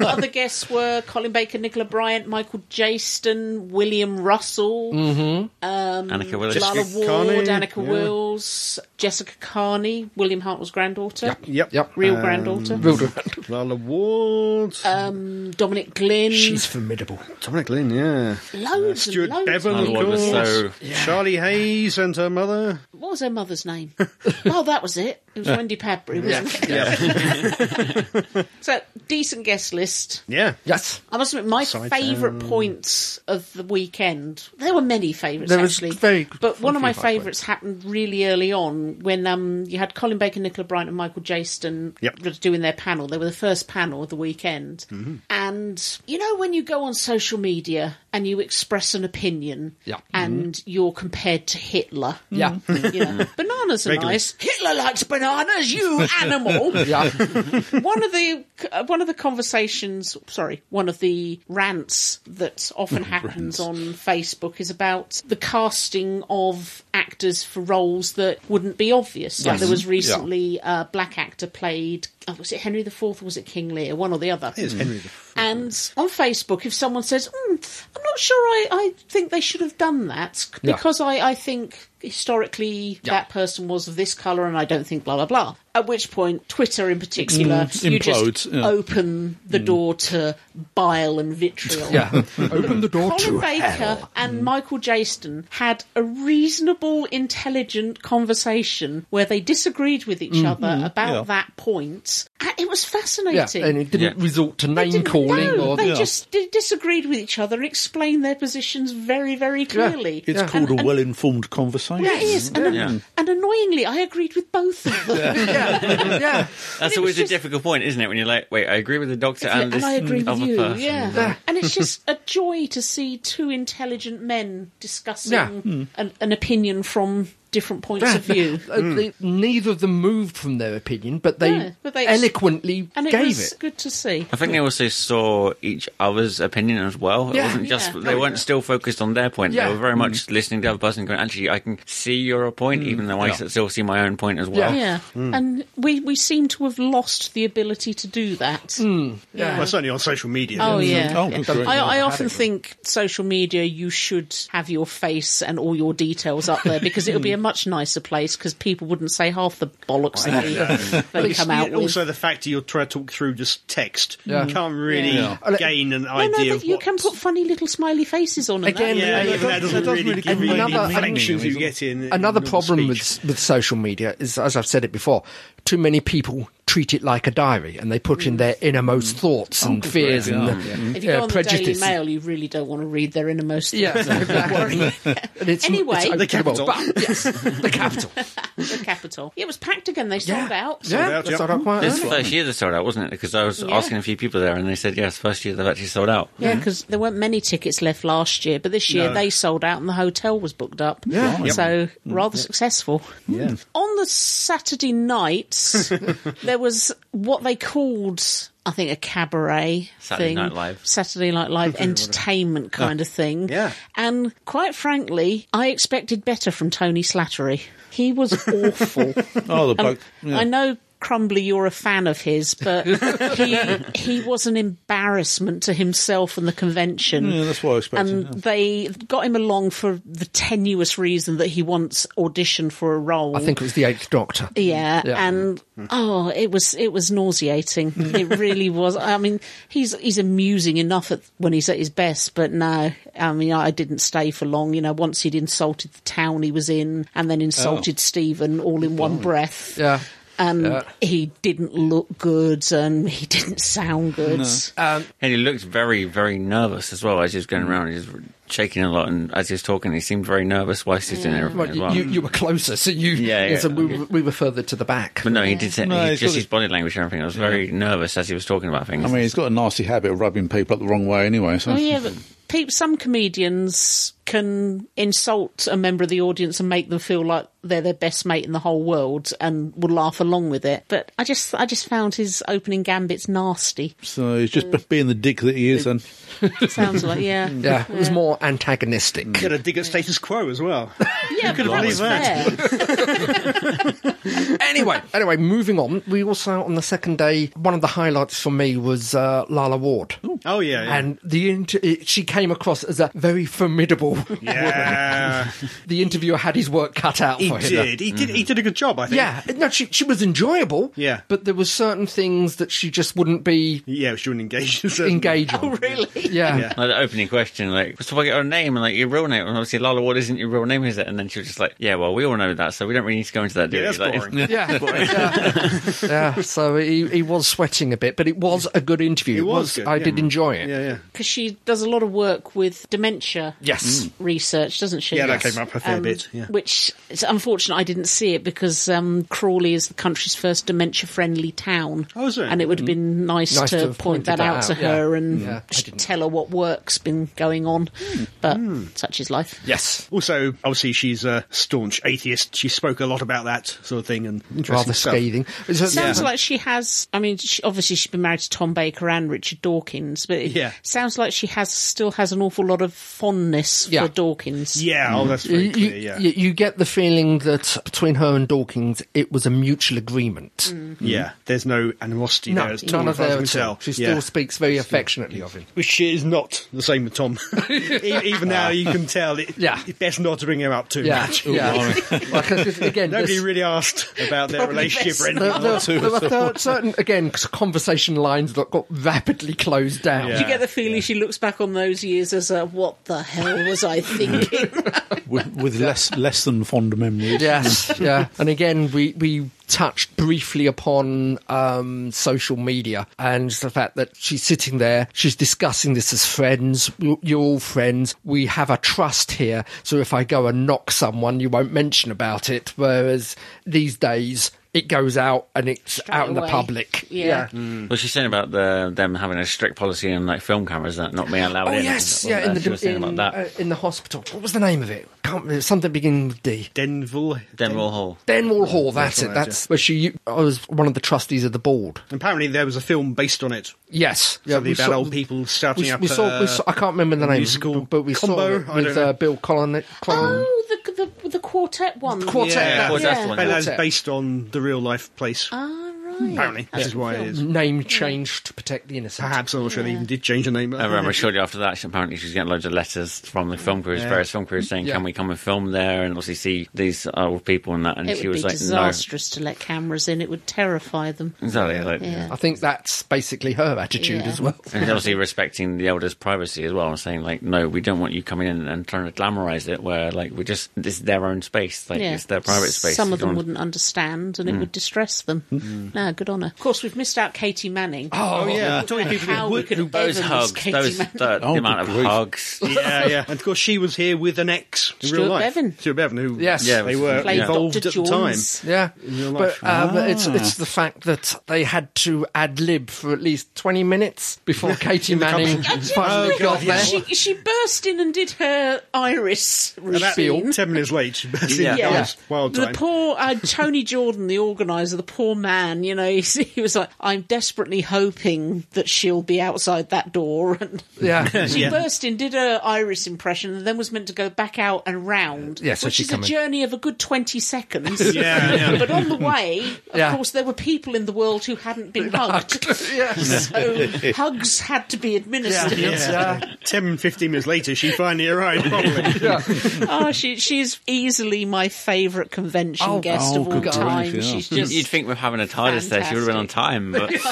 C: Other guests were Colin Baker, Nicola Bryant, Michael Jaston, William Russell, um,
D: Annika Willis.
A: Mm-hmm.
C: Lala
A: Jessica
C: Ward,
A: Carney,
C: Annika
A: yeah.
C: Wills, Jessica Carney, William Hartnell's granddaughter,
A: Yep. Um,
E: Yep.
C: real granddaughter, Um,
E: Wilder.
A: Lala Ward.
C: Uh, Dominic Glynn,
E: She's formidable.
A: Dominic Lynn, yeah.
C: loads
A: Stuart
C: and loads.
A: Bevan,
D: Oh,
A: of
D: Lord,
A: course.
D: was so-
A: Charlie Hayes and her mother.
C: What was her mother's name? oh, that was it. It was Wendy Padbury, wasn't it? So, decent guest list.
A: Yeah.
E: Yes.
C: I must admit, my
A: Side
C: favourite points of the weekend. There were many favourites
E: There was
C: actually,
E: very good-
C: but one of my
E: few favourite
C: favourites happened really early on when um, you had Colin Baker, Nicola Bryant, and Michael Jaston
A: Yep.
C: doing their panel. They were the first panel of the weekend,
E: Mm-hmm.
C: and you know when you go on social media and you express an opinion,
E: Yeah. Mm-hmm.
C: and you're compared to Hitler,
E: Yeah.
C: you know, bananas are
A: Regularly.
C: nice. Hitler likes bananas. You animal.
E: Yeah.
C: one of the uh, one of the conversations, sorry, one of the rants that often happens on Facebook is about the casting of actors for roles that wouldn't be obvious. Like there was recently a black actor played. Oh, was it Henry IV or was it King Lear? One or the other.
A: It's Henry the
C: And on Facebook, if someone says, mm, I'm not sure I, I think they should have done that c-
E: Yeah.
C: because I, I think historically that person was of this colour and I don't think blah, blah, blah. At which point, Twitter in particular,
B: Mm,
C: you just
B: implodes, yeah. Mm.
C: open the door to bile and vitriol.
E: Yeah. Open the door
C: Colin
E: to
C: Baker
E: hell.
B: Mm.
C: and Michael Jaston had a reasonable, intelligent conversation where they disagreed with each other about
B: Mm-hmm. Yeah.
C: that point. And it was
E: Yeah,
C: fascinating.
E: and it didn't
D: Yeah.
E: resort to
C: They
E: name
C: didn't
E: calling
C: know.
E: or
C: they
E: yeah.
C: just di- disagreed with each other and explained their positions very, very clearly.
B: It's
E: Yeah.
B: called
C: And-
B: a
C: and-
B: well informed conversation.
C: Yeah, it is. And,
D: Yeah.
C: and annoyingly, I agreed with both of them.
E: yeah, yeah.
D: That's
C: it was
D: always
C: just-
D: a difficult point, isn't it? When you're like, wait, I agree with the doctor and
C: and
D: this
C: I agree with
D: other
C: you.
D: person.
C: Yeah. and it's just a joy to see two intelligent men discussing
E: Yeah.
D: Hmm.
C: an, an opinion from different points of view.
E: Uh, they- neither of them moved from their opinion, but they,
C: Yeah, but they-
E: eloquently
C: And it
E: gave
C: was
E: it.
C: good to see.
D: I think they also saw each other's opinion as well.
E: Yeah.
D: It wasn't just
C: Yeah.
D: they weren't still focused on their point.
E: Yeah.
D: They were very much listening to the other person, going, "Actually, I can see your point, even though I still see my own point as well."
C: Yeah, and we, we seem to have lost the ability to do that.
A: Well, certainly on social media.
C: Oh yeah.
B: Oh,
C: Yeah.
B: good grief.
C: I, I
E: I've
C: often
E: had it.
C: think social media you should have your face and all your details up there because it would be a much nicer place because people wouldn't say half the bollocks that they, they come out
A: Yeah, also,
C: with.
A: the fact that you're trying to talk through just text,
E: Yeah.
A: you can't really
E: Yeah. Yeah.
A: gain an
C: No,
A: idea
C: no,
A: of
C: that you
A: what.
C: can put funny little smiley faces on and
E: Again,
C: that.
A: yeah,
E: Yeah,
A: even
E: that
A: that
E: does-
A: doesn't
E: that does
A: really
E: really
A: give
E: give
A: you
E: you
A: any
E: another-
A: reflections you get in. in
E: Another
A: normal
E: problem
A: speech.
E: with with social media is, as I've said it before, too many people treat it like a diary and they put in their innermost thoughts and fears and the,
C: Mm.
A: Mm.
C: If you go
E: uh,
C: on the Daily
E: prejudice.
C: Mail, you really don't want to read their innermost.
E: Yeah,
C: thoughts.
E: exactly. And it's,
C: Anyway.
E: it's
C: The
E: unbelievable,
A: capital.
E: But, yes, the capital.
C: the capital. Yeah, it was packed again. They sold
E: yeah,
C: out.
E: yeah,
A: out,
E: that's
A: yeah.
E: sold out quite
D: This
E: early.
D: first year they sold out, wasn't it? Because I was
C: Yeah.
D: asking a few people there, and they said, "Yes, first year they've actually sold out."
C: Yeah, because there weren't many tickets left last year, but this year
A: No.
C: they sold out and the hotel was booked up. Yeah. So rather successful. Yeah. On the Saturday night, there was what they called. I think a cabaret
D: Saturday
C: thing,
D: Night Live.
C: Saturday Night Live entertainment kind of thing.
A: Yeah.
C: And quite frankly, I expected better from Tony Slattery. He was awful.
B: Oh, the bloke.
C: I know. Crumbly, you're a fan of his, but he he was an embarrassment to himself and the convention.
J: Mm.
B: Yeah, that's what I expected.
C: And they got him along for the tenuous reason that he once auditioned for a role.
E: I think it was the Eighth Doctor.
C: Yeah,
E: Yeah.
C: and oh, it was it was nauseating. it really was. I mean, he's he's amusing enough at, when he's at his best, but no, I mean, I didn't stay for long. You know, once he'd insulted the town he was in, and then insulted Stephen all in one breath.
E: Yeah.
C: And
E: Yeah.
C: Um, he didn't look good, and he didn't sound good. Um,
D: And he looked very, very nervous as well as he was going around. He was shaking a lot, and as he was talking, he seemed very nervous whilst he was doing everything
E: Well,
D: as
E: you,
D: well.
E: you, you were closer, so you.
D: Yeah, yeah,
E: so we,
D: okay.
E: were- we were further to the back.
D: but no, he did. say
B: No,
D: he,
B: he's got
D: just his
B: this-
D: body language and everything. I was very nervous as he was talking about things.
B: I mean, he's got a nasty habit of rubbing people up the wrong way anyway. So.
C: Oh yeah, but peop some comedians can insult a member of the audience and make them feel like they're their best mate in the whole world and will laugh along with it. But I just, I just found his opening gambits nasty.
B: So he's just being the dick that he is. And
C: It sounds like, yeah,
E: Yeah, it was more antagonistic.
D: Mm.
A: Get a dig at status quo as well.
C: yeah, but that
A: believed
C: was
A: that.
C: fair.
E: anyway, anyway, moving on. We also on the second day, one of the highlights for me was uh, Lala Ward,
A: Oh yeah, yeah.
E: and the inter- it, she came across as a very formidable.
A: yeah,
E: the interviewer had his work cut out
A: he
E: for him.
A: did. He did. He did a good job, I think.
E: Yeah, no, she she was enjoyable.
A: Yeah.
E: but there were certain things that she just wouldn't be
A: yeah. She wouldn't engage. uh,
E: engaged.
C: Oh,
E: on.
C: really?
E: Yeah.
A: Yeah.
D: Like the opening question, like, so if I get her name and like your real name, and obviously Lala, what isn't your real name, is it? And then she was just like, yeah, well, we all know that, so we don't really need to go into that, do
A: Yeah,
D: we?
A: that's
D: Like,
A: boring.
E: Yeah. yeah, Yeah, So he, he was sweating a bit, but it was a good interview.
A: It was good,
E: I
A: yeah.
E: did enjoy it.
A: Yeah, yeah.
C: Because she does a lot of work with dementia.
E: Yes.
C: research, doesn't she?
A: Mm.
C: Um,
A: Yeah, that Yes. came up a fair bit, yeah.
C: Which it's unfortunate I didn't see it because um, Crawley is the country's first dementia-friendly town.
A: Oh, is it?
C: And it would have been nice,
E: Mm. Nice
C: to,
E: to have
C: point
E: pointed
C: that
E: that
C: out to
E: out, yeah.
C: her and
E: Yeah, I
C: sh-
E: didn't. Hmm.
C: tell her what work's been going on. But
A: Hmm.
C: such is life.
E: Yes.
A: Also, obviously, she's a staunch atheist. She spoke a lot about that sort of thing and interesting
E: Rather
A: stuff.
E: scathing. So-
C: Sounds like she has. I mean, she, obviously she's been married to Tom Baker and Richard Dawkins, but it
A: Yeah.
C: sounds like she has still has an awful lot of fondness
E: Yeah.
C: for Dawkins.
A: Yeah, oh, that's very
E: Mm. you,
A: clear.
E: you-
A: Yeah,
E: you- you get the feeling that between her and Dawkins, it was a mutual agreement.
A: yeah. There's no animosity
E: No,
A: there. As
E: none
A: Tom
E: of
A: far as I
E: their
A: can tell.
E: She
A: Yeah.
E: still speaks very affectionately of him.
A: which is not the same with Tom. E- Even now, you can tell. It,
E: Yeah.
A: it's best not to bring him up too
E: Yeah,
A: much.
E: yeah. Because again,
A: Nobody
E: this-
A: really asked about their
C: Probably
A: relationship
C: best
A: or anything.
E: there, there- there were thir- certain again conversation lines that got rapidly closed down.
A: Yeah.
C: You get the feeling she looks back on those years as a what the hell was I thinking?
B: with, with less less than fond memories.
E: Yes, yeah. And again, we, we touched briefly upon um, social media and the fact that she's sitting there, she's discussing this as friends. You- You're all friends. We have a trust here. So if I go and knock someone, you won't mention about it. Whereas these days, it goes out and it's out in the
C: away.
E: public.
C: Yeah.
D: Well,
E: Mm.
D: she's saying about the them having a strict policy on like film cameras that not being allowed
E: Oh
D: in.
E: yes,
D: Well,
E: yeah. In
D: uh,
E: the
D: she was saying
E: in,
D: about that.
E: uh, in the hospital. What was the name of it? Can't remember. Something beginning with D.
A: Denville.
D: Denwall Hall.
E: Denwall Hall. That's,
A: right,
E: it. That's where she. I was one of the trustees of the board.
A: Apparently, there was a film based on it.
E: Yes,
A: Something
E: we
A: about
E: saw-
A: old people shouting
E: we,
A: up,
E: We saw,
A: uh,
E: we saw, I can't remember the
A: a
E: name,
A: musical
E: but we
A: combo? I
E: saw it
A: don't
E: with
A: know. Um,
E: uh, Bill Colin. Colin.
C: Oh, the, the the quartet one.
E: Quartet, Yeah,
D: Yeah, of course,
C: yeah.
D: that's the one.
A: But that's
E: Quartet.
A: based on the real life place.
C: Ah, right.
A: apparently, this
C: That's
A: is
C: the
A: why it
C: film.
A: is.
E: Name changed to protect the innocent.
A: Perhaps I'm not sure they even did change the name.
D: I
E: Mm-hmm.
D: remember shortly after that, she, apparently she was getting loads of letters from the film crews, various film crews, saying,
E: Yeah.
D: "Can we come and film there?" And obviously see these old people and that. And
C: It
D: she
C: would
D: was
C: be
D: like,
C: disastrous to let cameras in. It would terrify them.
D: "No." Exactly. Like,
E: I think that's basically her attitude
C: Yeah.
E: as well.
D: And obviously respecting the elders' privacy as well, and saying like, no, we don't want you coming in and trying to glamorize it. Where like we just this is their own space, like
C: yeah.
D: it's their private space.
C: Some
D: You
C: of them
D: don't-
C: wouldn't understand,
A: Mm.
C: and it would distress them. No, good on her. Of course, we've missed out Katie Manning.
A: Oh yeah, I'm talking
C: And
A: people
C: how
A: who
C: we
A: would-
C: could
A: who
C: ever
D: Those
C: miss
D: hugs,
C: Katie
D: those
C: Manning.
A: uh,
D: the, the
B: Oh,
D: amount of
B: good grief.
D: hugs.
A: yeah, yeah. And of course, she was here with an ex in real
C: Stuart
A: life.
C: Bevan.
A: Stuart Bevan, who
E: Yes.
A: yeah,
E: Yeah,
A: they were
C: Played
A: involved
C: Dr.
A: at the time.
C: Jones.
E: Yeah,
A: real
E: but
A: life.
E: um, it's it's the fact that they had to ad lib for at least twenty minutes before Katie Manning finally
A: Oh,
E: got
A: God, yeah.
E: there.
C: She, she burst in and did her iris
A: About
C: routine.
A: ten minutes late. yeah,
D: Yeah.
A: that was wild
C: The
A: time.
C: poor uh, Tony Jordan, the organizer, the poor man. You know, he's, he was like, I'm desperately hoping that she'll be outside that door. And
E: Yeah.
C: she burst in, did her iris impression, and then was meant to go back out and round.
E: Yeah, so
C: which
E: she
C: is a
E: come in.
C: journey of a good 20 seconds.
A: Yeah, yeah.
C: But on the way, of
E: Yeah.
C: course, there were people in the world who hadn't been hugged. so hugs had to be administered.
E: Yeah.
A: 10, 15 minutes later, she finally arrived, probably.
C: Oh, she she's easily my favourite convention
E: Oh,
C: guest
B: oh,
C: of all
B: good
C: time.
B: grief, yeah.
C: She's
D: You'd-
C: just
D: You'd think with having a TARDIS there, she would have been on time, but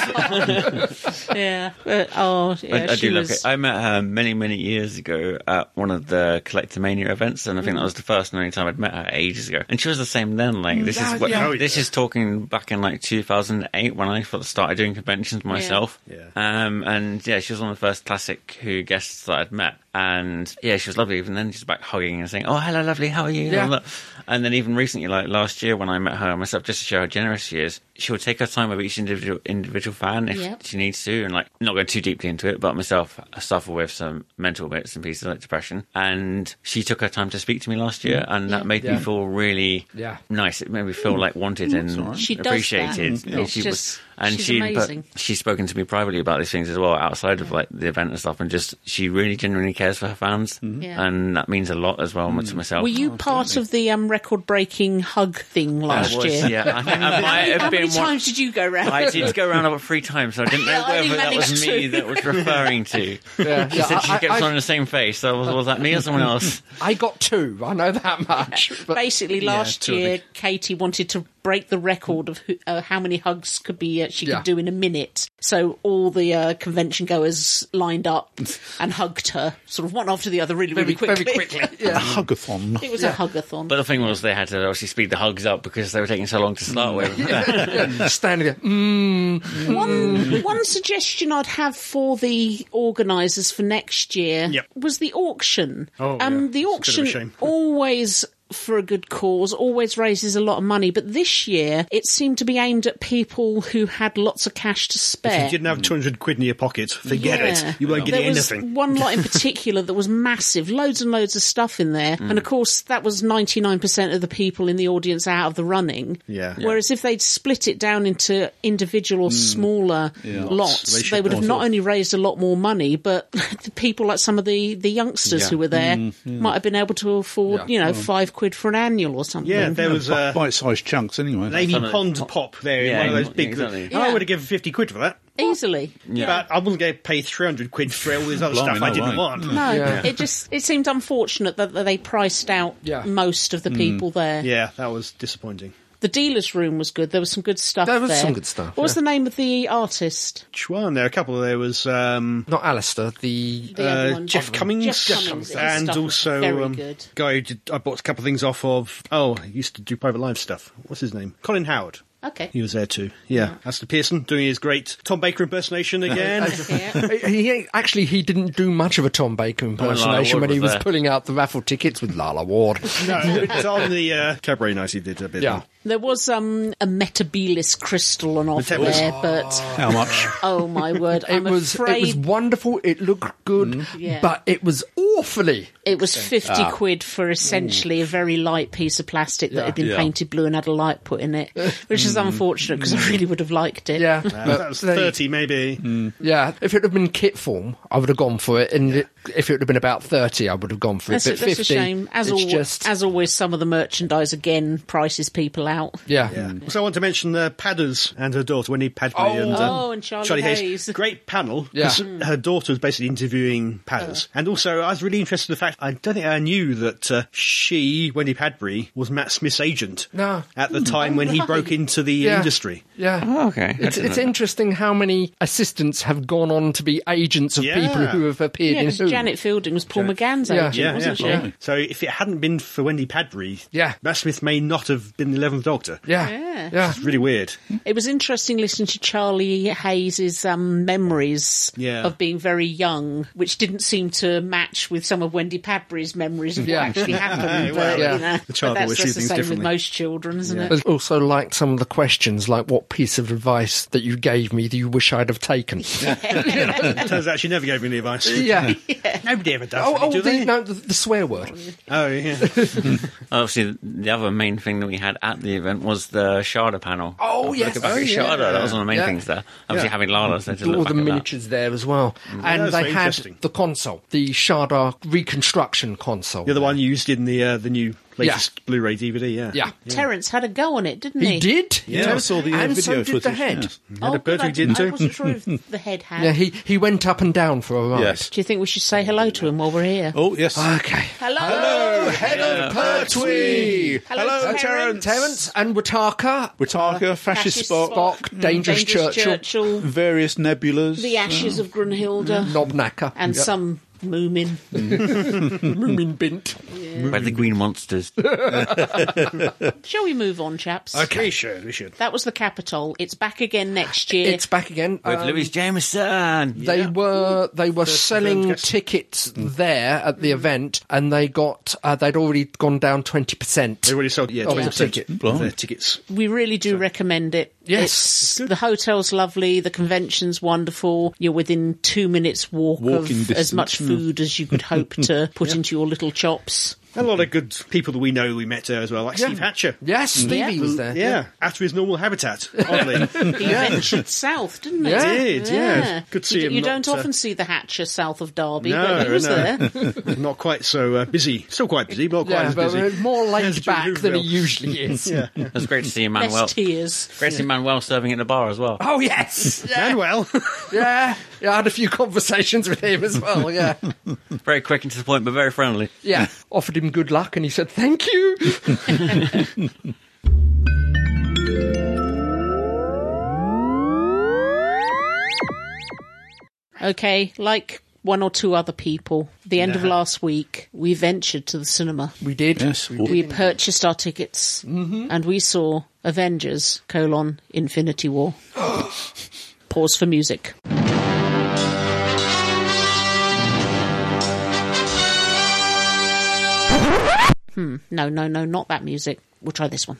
C: yeah. But, oh, yeah,
D: I, I
C: she
D: do love
C: was-
D: it. I met her many, many years ago at one of the Collectomania events, and I think that was the first and only time I'd met her ages ago. And she was the same then. Like this is what,
A: yeah.
D: this is talking back in like 2008 when I first started doing conventions myself.
A: Yeah.
D: Um, and yeah, she was one of the first classic who guests that I'd met, and yeah, she was lovely. Even then, she's back hugging and saying, "Oh, hello, lovely, how are you?"
E: Yeah.
D: And all that. And then even recently, like last year when I met her myself, just to show how generous she is, she will take her time with each individual individual fan if
C: Yep.
D: she needs to, and like not go too deeply into it. But myself, I suffer with some mental bits and pieces like depression, and she took her time to speak to me last year,
C: Mm.
D: and that made
E: Yeah.
D: me feel really
E: Yeah.
D: nice. It made me feel like wanted and
C: She does that.
D: appreciated.
C: Mm, It's just- she's
D: but
C: amazing.
D: she's spoken to me privately about these things as well outside of like the event and stuff and just she really genuinely cares for her fans
E: Mm-hmm.
C: Yeah.
D: and that means a lot as well
E: Mm.
D: to myself
C: Were you part of the um, record-breaking hug thing
D: oh, I
C: last
D: was,
C: year?
D: yeah I think I
C: How
D: might
C: many,
D: have
C: how many
D: been one
C: times did you go round?
D: I did go around about three times, so I didn't know
C: Yeah, I only
D: whether that was
C: managed
D: me
C: two.
D: that was referring to.
E: Yeah.
D: She
E: Yeah,
D: said she
E: I-
D: kept
E: I-
D: on the same face, so was, was that me or someone else?
E: I got two. I know that much. But
C: Basically, last
B: two, I
C: year Katie wanted to break the record of who, uh, how many hugs could be uh, she
E: Yeah.
C: could do in a minute. So all the uh, convention goers lined up and hugged her, sort of one after the other, really, really
E: very,
C: quickly.
E: very quickly. Yeah.
B: Hugathon.
C: It was a hugathon.
D: But the thing was, they had to obviously speed the hugs up because they were taking so long to start with.
E: Standing there. Mm,
C: One one suggestion I'd have for the organisers for next year
A: Yep.
C: was the auction.
A: Oh,
C: um,
A: yeah.
C: the
A: It's a bit of a
C: auction
A: shame.
C: always for a good cause always raises a lot of money, but this year it seemed to be aimed at people who had lots of cash to spare.
A: You didn't have 200 quid in your pocket. Forget
C: Yeah.
A: it. You won't get
C: there was
A: anything.
C: one lot in particular that was massive, loads and loads of stuff in there,
A: Hmm.
C: and of course that was ninety nine percent of the people in the audience out of the running.
A: Yeah. Yeah.
C: Whereas if they'd split it down into individual smaller lots,
A: They
C: they,
A: should
C: would have
A: have
C: not
A: thought.
C: only raised a lot more money, but the people like some of the the youngsters
D: Yeah.
C: who were there
A: Hmm.
C: might have been able to afford,
E: Yeah.
C: you know, five quid for an annual or something.
A: Yeah, there was uh, a
B: Bite-sized chunks, anyway.
A: Navy
D: Some of the
A: Pond pop there in
D: Yeah,
A: one of those big.
D: exactly.
A: I
C: Yeah.
A: would have given 50 quid for that.
C: easily.
A: But I wouldn't go pay 300 quid for all this other
B: Blimey,
A: stuff I
B: no
A: didn't
B: way.
A: want.
C: No, it just it seemed unfortunate that, that they priced out
E: Yeah.
C: most
A: Hmm.
C: of the people there.
A: Yeah, that was disappointing.
C: The dealer's room was good. There was some good stuff.
E: There was
C: there.
E: some good stuff,
C: What was the
E: yeah.
C: name of the artist?
A: Which one? There were a couple. There was um,
E: not Alistair, the.
C: The other
A: uh,
C: one.
A: Jeff Cummings,
C: Jeff Cummings. His
A: and
C: stuff was very
A: also um,
C: good.
A: guy who did, I bought a couple of things off of. Oh, he used to do private live stuff. What's his name? Colin Howard.
C: Okay.
A: He was there too. Yeah, Astor Pearson doing his great Tom Baker impersonation again.
C: Yeah.
E: He ain't- actually he didn't do much of a Tom Baker impersonation
D: Ward
E: when he
D: was
E: was
D: there.
E: pulling out the raffle tickets with Lala Ward.
A: no, it's on the uh, cabaret night. He did a bit. Uh,
E: Yeah.
C: There was um, a metabilis crystal on offer
A: Metabilis.
C: there,
A: Ah.
C: but
B: How much?
C: oh my word,
E: It
C: I'm
E: was
C: afraid Mm.
E: it was wonderful. It looked good,
C: Yeah.
E: but it was awfully.
C: fifty
E: Ah.
C: quid for essentially a very light piece of plastic that had been
B: Yeah.
C: painted blue and had a light put in it, which is unfortunate because I really would have liked it.
E: Hmm. Yeah,
A: Uh, that was
E: They-
A: thirty, maybe.
E: Yeah, if it had been kit form, I would have gone for it, and it, if it would have been about thirty, I would have gone for
C: That's,
E: it.
C: a,
E: But
C: that's a
E: fifty,
C: shame. As,
E: it's
C: al-
E: just
C: as always, some of the merchandise again prices people out.
E: yeah.
A: So I want to mention uh, Padders and her daughter, Wendy Padbury
E: Oh.
A: and, uh,
C: Oh, and Charlie Hayes. Mm.
A: Great panel.
E: Yeah.
A: 'cause Her daughter was basically interviewing
C: Uh.
A: Padders. And also, I was really interested in the fact, I don't think I knew that uh, she, Wendy Padbury, was Matt Smith's agent
E: No.
A: at the time when he broke into the
E: Yeah.
A: industry.
E: Yeah.
D: Oh, okay. I
E: It's,
D: didn't
E: it's
D: know that.
E: interesting how many assistants have gone on to be agents of
A: Yeah.
E: people who have appeared
C: Yeah,
E: in
C: because
E: who.
C: Janet Fielding was Paul McGann's
E: Yeah.
C: agent,
A: Yeah,
C: wasn't
A: yeah.
C: she?
A: So if it hadn't been for Wendy Padbury,
E: Yeah.
A: Matt Smith may not have been the 11th Doctor.
E: Yeah.
C: Yeah.
E: Yeah.
A: It's really weird.
C: It was interesting listening to Charlie Hayes's um, memories
A: Yeah.
C: of being very young, which didn't seem to match with some of Wendy Padbury's memories of
E: Yeah.
C: what actually happened. but,
E: yeah.
C: you know,
A: The child
C: but that's
A: always
C: just
A: sees
C: the
A: things
C: same with
A: differently.
C: most children, isn't it?
E: There's also like some of the questions, like what piece of advice that you gave me that you wish I'd have taken.
A: Turns out she never gave me any advice.
E: yeah.
A: Nobody ever does.
E: Oh,
A: really,
E: oh
A: do they?
E: the, no, the, the swear word.
A: Oh, yeah.
D: Obviously, the other main thing that we had at the event was the Sharda panel.
E: Oh, yes.
D: Look back
E: Oh,
D: at
E: yeah.
D: Sharda. That was one of the main
E: Yeah.
D: things there. Obviously,
A: Yeah.
D: having Lala there to
E: all
D: look
E: the
D: back at that.
E: miniatures there as well,
B: Mm.
E: and
A: that's
E: they
A: very
E: had
A: interesting.
E: the console, the Shardar reconstruction console.
A: You're the one used in the uh, the new latest Blu-ray DVD. Yeah.
E: yeah.
C: Terence had a go on it, didn't he?
E: He did.
B: Yeah, I saw the uh,
E: and
B: video
E: so did
B: footage.
E: the head.
B: yes.
C: Oh,
A: a
C: good,
A: Bertie
C: I,
A: did
C: I
A: too.
C: wasn't sure if the head had.
E: Yeah, he he went up and down for a ride.
B: Yes.
C: Do you think we should say hello to him while we're here?
B: Oh, yes.
E: Okay.
C: Hello.
B: head of Pertwee!
C: Hello, Terence.
E: Terence and Wataka,
B: Ritaka, Fascist
C: Fascist
B: Spot,
C: Spock,
E: Spock, Dangerous,
C: Dangerous
E: Churchill,
C: Churchill,
B: various nebulas.
C: the ashes of Grunhilda,
E: Knobnacker,
C: and some Moomin.
E: Moomin Bint.
D: By the Green Monsters.
C: Shall we move on, chaps?
A: Okay. We should. We should.
C: That was the Capitol. It's back again next year.
E: It's back again.
D: With
E: Um,
D: Louis Jameson.
E: They were they were selling
A: guest.
E: tickets
A: Hmm.
E: there at the event, and they got uh, they'd already gone down twenty percent.
A: They already sold yeah
E: Oh,
A: twenty
E: ticket.
A: percent of their tickets.
C: we really do recommend it.
E: Yes.
C: It's- the hotel's lovely, the convention's wonderful. You're within two minutes walk
B: Walking
C: of as
B: distance,
C: much
A: Hmm.
C: food as you could hope to put into your little chops.
A: And A lot of good people that we know we met there as well, like Steve Hatcher.
E: Yes, Stevie
C: Yeah.
E: was there.
A: Hmm. Yeah. after his normal habitat. Oddly,
C: He ventured south, didn't he?
E: Yeah.
A: He did, yeah. Good to see
C: you, d-
A: him
C: You
A: not,
C: don't
A: uh,
C: often see the Hatcher south of Derby,
A: No,
C: but he was
A: no.
C: there.
A: not quite so uh, busy. Still quite busy, but not quite
E: Yeah,
A: as
E: but
A: busy.
E: we're more laid
A: As
E: back
A: Judy
E: than he
A: Hooverville.
E: usually is.
A: Yeah.
D: It was great to see
C: Best
D: Manuel.
C: tears.
D: Great to see Manuel serving at the bar as well.
E: Oh yes, yeah.
A: Manuel.
E: yeah, yeah. I had a few conversations with him as well. Yeah,
D: Very quick and to the point, but very friendly.
E: yeah. Offered him good luck, and he said thank you.
C: Okay, like one or two other people, the end of last week, we ventured to the cinema.
E: We did.
B: Yes.
C: We purchased our tickets and we saw Avengers colon Infinity War. Pause for music. Hmm. No, no, no, not that music. We'll try this one.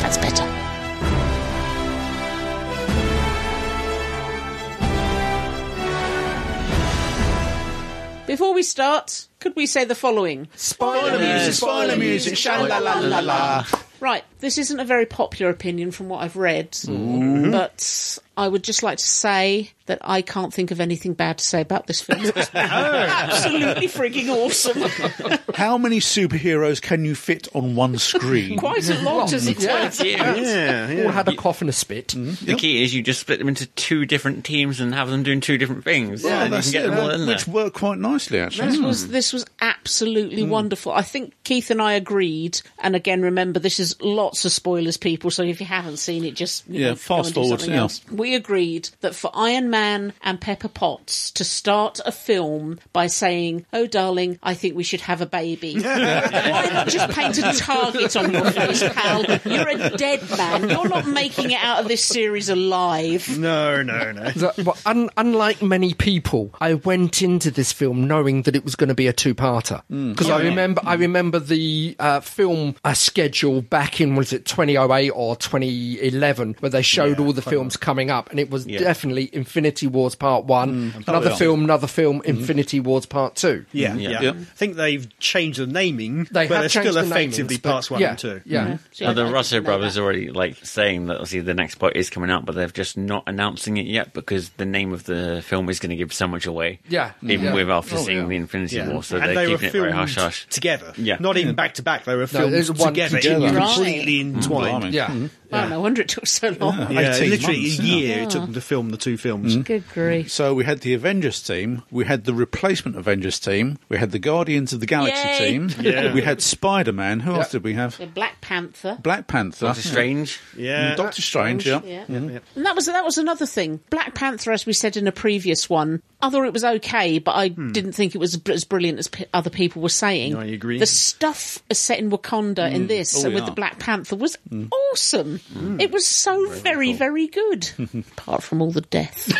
C: That's better. Before we start, could we say the following?
E: Spoiler music. Spoiler music.
C: Right, this isn't a very popular opinion from what I've read,
A: Mm-hmm.
C: but I would just like to say that I can't think of anything bad to say about this film.
A: Oh.
C: It's absolutely frigging awesome.
B: How many superheroes can you fit on one screen?
C: Quite a lot, as it turns out.
A: yeah, yeah. Hmm.
E: All had a cough and a spit.
D: The key is you just split them into two different teams and have them doing two different things.
B: Well,
D: and you
B: that's
D: can get
B: it,
D: them all in there.
B: Which worked quite nicely, actually.
C: This was this was absolutely
B: Hmm.
C: wonderful. I think Keith and I agreed. And again, remember this is lots of spoilers, people. So if you haven't seen it, just you
B: Yeah,
C: know,
B: fast
C: go and do
B: forward,
C: something
B: yeah.
C: else. We agreed that for Iron Man and Pepper Potts to start a film by saying, "Oh, darling, I think we should have a baby." Why not just paint a target on your face, pal? You're a dead man. You're not making it out of this series alive.
A: No, no, no.
E: That- well, un- unlike many people, I went into this film knowing that it was going to be a two-parter
A: Hmm.
E: because I remember I remember the uh, film uh, schedule back in was it 2008 or 2011 where they showed all the films coming up, and it was definitely Infinity Wars Part One,
A: Hmm.
E: another
B: yeah.
E: film, another film,
A: Mm-hmm.
E: Infinity Wars Part Two.
A: Yeah, yeah,
B: Yeah.
A: I think they've changed the naming,
E: They
A: but they're
E: have changed
A: still
E: the
A: effectively
E: namings, but
A: parts one
E: yeah,
A: and two. Mm-hmm.
E: Yeah.
C: So
D: Now,
C: I'd
D: the
C: like to
D: Russo
C: know
D: brothers
C: that.
D: already like saying that obviously the next part is coming out, but they're just not announcing it yet because the name of the film is going to give so much away.
E: Yeah.
D: even
E: Yeah.
D: with after seeing the Infinity
A: Yeah.
D: War, so
A: and
D: they're
A: they were
D: keeping it very
A: filmed
D: hush hush.
A: together.
D: Yeah.
A: Not even back to back. They were filmed
E: there's one
A: together,
E: together.
A: in-
C: Right.
A: completely entwined.
B: Blimey.
E: Yeah.
C: Wow, no wonder it took so long.
A: Yeah,
B: 18
A: literally
B: months,
A: a
B: yeah.
A: year it took
E: Ah.
A: them to film the two films.
E: Mm.
C: Good grief.
B: So we had the Avengers team, we had the replacement Avengers team, we had the Guardians of the Galaxy
C: Yay.
B: team,
A: Yeah.
B: we had Spider Man. Who else did we have?
C: The Black Panther.
B: Black Panther,
D: Doctor Strange.
A: Yeah,
B: Doctor Strange. Yeah.
C: Yeah. And that was that was another thing. Black Panther, as we said in a previous one, I thought it was okay, but I didn't think it was br- as brilliant as p- other people were saying.
A: I agree.
C: The stuff is set in Wakanda in this, and with
B: yeah.
C: the Black Panther was awesome. It was so very, very good. Apart from all the death.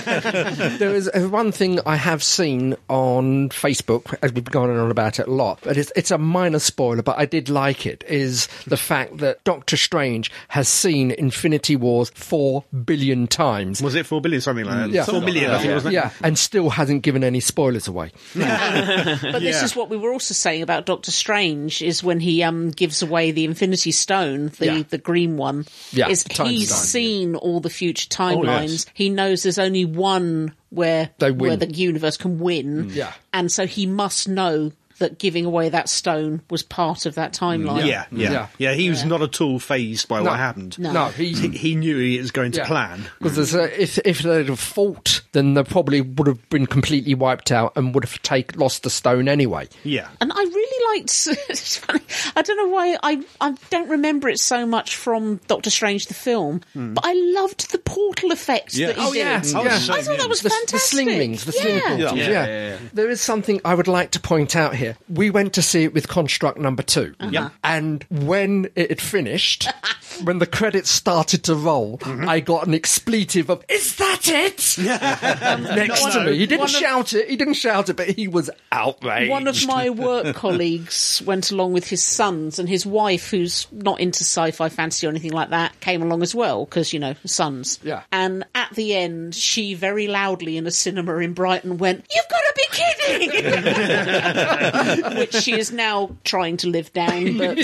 E: There is uh, one thing I have seen on Facebook, as we've gone on about it a lot, but it's, it's a minor spoiler, but I did like it, is the fact that Doctor Strange has seen Infinity Wars four billion times.
A: Was it four billion something like that?
E: Mm. Yeah.
A: Four million, I think, wasn't it?
E: Yeah, and still hasn't given any spoilers away.
C: But this is what we were also saying about Doctor Strange is when he um gives away the Infinity Stone, the,
E: Yeah.
C: the green one.
E: Yeah,
C: is
E: the time
C: he's
E: stone.
C: seen all the future timelines. He knows there's only one where
E: They win. Mm.
C: where the universe can win.
E: Yeah.
C: and so he must know that giving away that stone was part of that timeline.
A: Yeah, yeah, yeah.
E: Mm, Yeah.
A: he was not at all phased by what happened.
E: No,
A: He,
E: he.
A: he knew it was going to plan.
E: Because if if they'd have fought, then they probably would have been completely wiped out and would have take lost the stone anyway.
A: Yeah.
C: And I really liked. it's funny, I don't know why I I don't remember it so much from Doctor Strange the film, but I loved the portal effect that he
A: Oh,
C: did.
E: Mm. yeah. Oh,
C: I thought that was
E: the, the
C: fantastic.
E: sling rings, the sling
C: Yeah.
E: portals. Yeah. there is something I would like to point out here. We went to see it with Construct Number 2
A: Yeah.
E: and when it had finished, when the credits started to roll, I got an expletive of "Is that it?" next to me. He didn't shout it. He didn't shout it, but he was outraged.
C: One of my work colleagues went along with his sons, and his wife, who's not into sci fi fantasy or anything like that, came along as well, because, you know, sons.
E: Yeah.
C: And at the end, she very loudly in a cinema in Brighton went, You've got to be kidding! Which she is now trying to live down, but.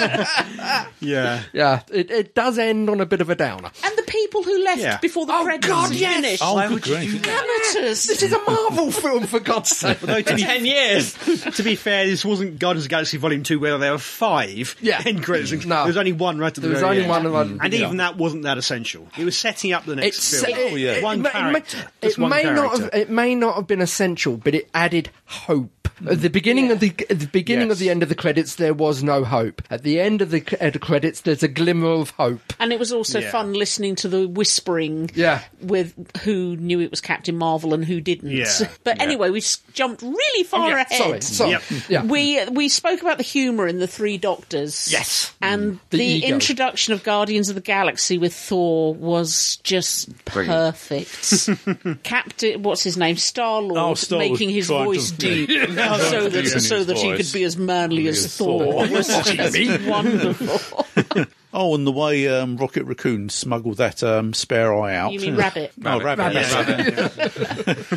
A: Yeah.
E: yeah, it, it does end on a bit of a downer.
C: And the people who left
A: Yeah.
C: before the credits
E: God, yes!
C: finished.
B: Oh, good grief.
E: This
C: Amateurs!
E: is a Marvel film, for God's sake.
A: No, to, be,
D: Ten years.
A: to be fair, this wasn't Guardians of the Galaxy Volume 2 where there were five
E: Yeah. Mm.
A: end credits.
E: No.
A: There was only one right at the
E: There was
A: very
E: only
A: end.
E: one right at the
A: And
E: beginning.
A: even that wasn't that essential. It was setting up the next
E: It's
A: film.
C: Oh,
E: it, it-
A: One
E: it may-
A: character.
E: It,
A: Just one
E: may not
A: character.
E: have. It may not have been essential, but it added hope. At the beginning of the at the beginning
A: Yes.
E: of the end of the credits, there was no hope. At the end of the c- end of credits, there's a glimmer of hope.
C: And it was also
A: Yeah.
C: fun listening to the whispering
E: Yeah.
C: with who knew it was Captain Marvel and who didn't.
A: Yeah.
C: But anyway, we s- jumped really far
E: Sorry,
C: ahead.
E: sorry.
A: Yep.
E: Yeah.
C: We we spoke about the humour in the Three Doctors.
E: Yes.
C: and
E: The
C: the,
E: ego.
C: introduction of Guardians of the Galaxy with Thor was just
D: Brilliant.
C: perfect. Captain, what's his name, Star Lord,
B: Oh, Star-Lord
C: making his
B: trying to-
C: voice deep, so that
B: his
C: so that he
B: voice.
C: could be as manly as Thor. It was just wonderful.
B: Oh, and the way um, Rocket Raccoon smuggled that um, spare eye out.
C: You mean Rabbit?
B: Oh, rabbit. yes.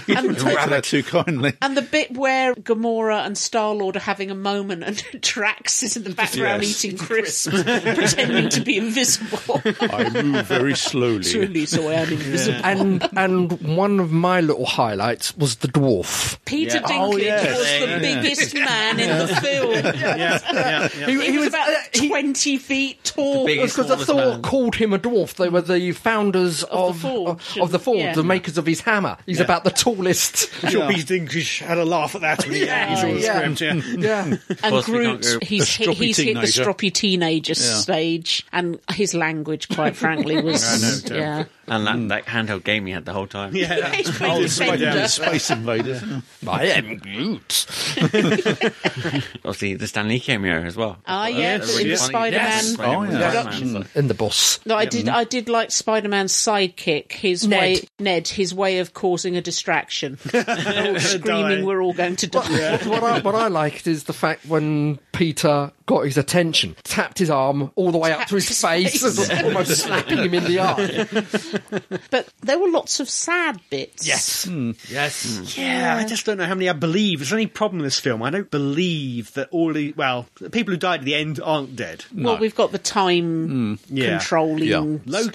B: you didn't take to that too kindly.
C: And the bit where Gamora and Star Lord are having a moment, and Drax is in the background
B: Yes.
C: eating crisps, pretending to be invisible.
B: I move very slowly.
C: Truly, so I am invisible.
E: And and one of my little highlights was the dwarf.
C: Peter
D: Yeah.
C: Dinklage
B: Oh, yes.
C: was the
D: Yeah.
C: biggest man in the film.
A: Yeah, yeah, yeah.
C: He, was, about
E: uh, he-
C: twenty feet tall.
D: biggest-
E: because the
D: Smallest
E: Thor
D: man.
E: called him a dwarf. They were the founders
C: Of
E: of
C: the
E: of,
C: Forge.
E: of the Forge,
C: Yeah.
E: the makers of his hammer. He's about the tallest.
A: I'm sure Peter Dinklage had a laugh at that when he yeah, saw the
E: yeah.
A: script. Yeah.
E: yeah.
C: and
D: course we
C: Groot,
D: can't go-
C: he's
B: The stroppy
C: hit, he's hit the
B: teenager.
C: stroppy teenager stage, and his language, quite frankly, was
A: terrible.
C: yeah.
D: And that, that handheld game he had the whole time.
A: Yeah.
C: He's playing
B: Oh, the space,
C: defender.
B: the space invaders.
E: I am Groot.
D: Obviously, the Stan Lee cameo as well.
C: Ah, yeah,
A: Yes,
C: in the
A: yes.
C: Spider-Man.
D: Yes.
B: Oh, yeah.
D: Spider-Man.
E: In the bus.
C: No, I
A: mm-hmm.
C: did. I did like Spider-Man's sidekick. His
E: Ned.
C: way, Ned. His way of causing a distraction, All screaming, "We're all going to die!"
E: What, what I, what I liked is the fact when Peter got his attention, tapped his arm all the way up to his,
C: his
E: face,
C: face.
E: and almost slapping him in the eye.
C: But there were lots of sad bits.
E: Yes. Yes.
A: Yeah, I just don't know how many I believe. There's any problem in this film. I don't believe that all the well, the people who died at the end aren't dead.
C: Well, we've got the time
A: Mm. Yeah.
C: controlling
B: Yeah.
A: Loki,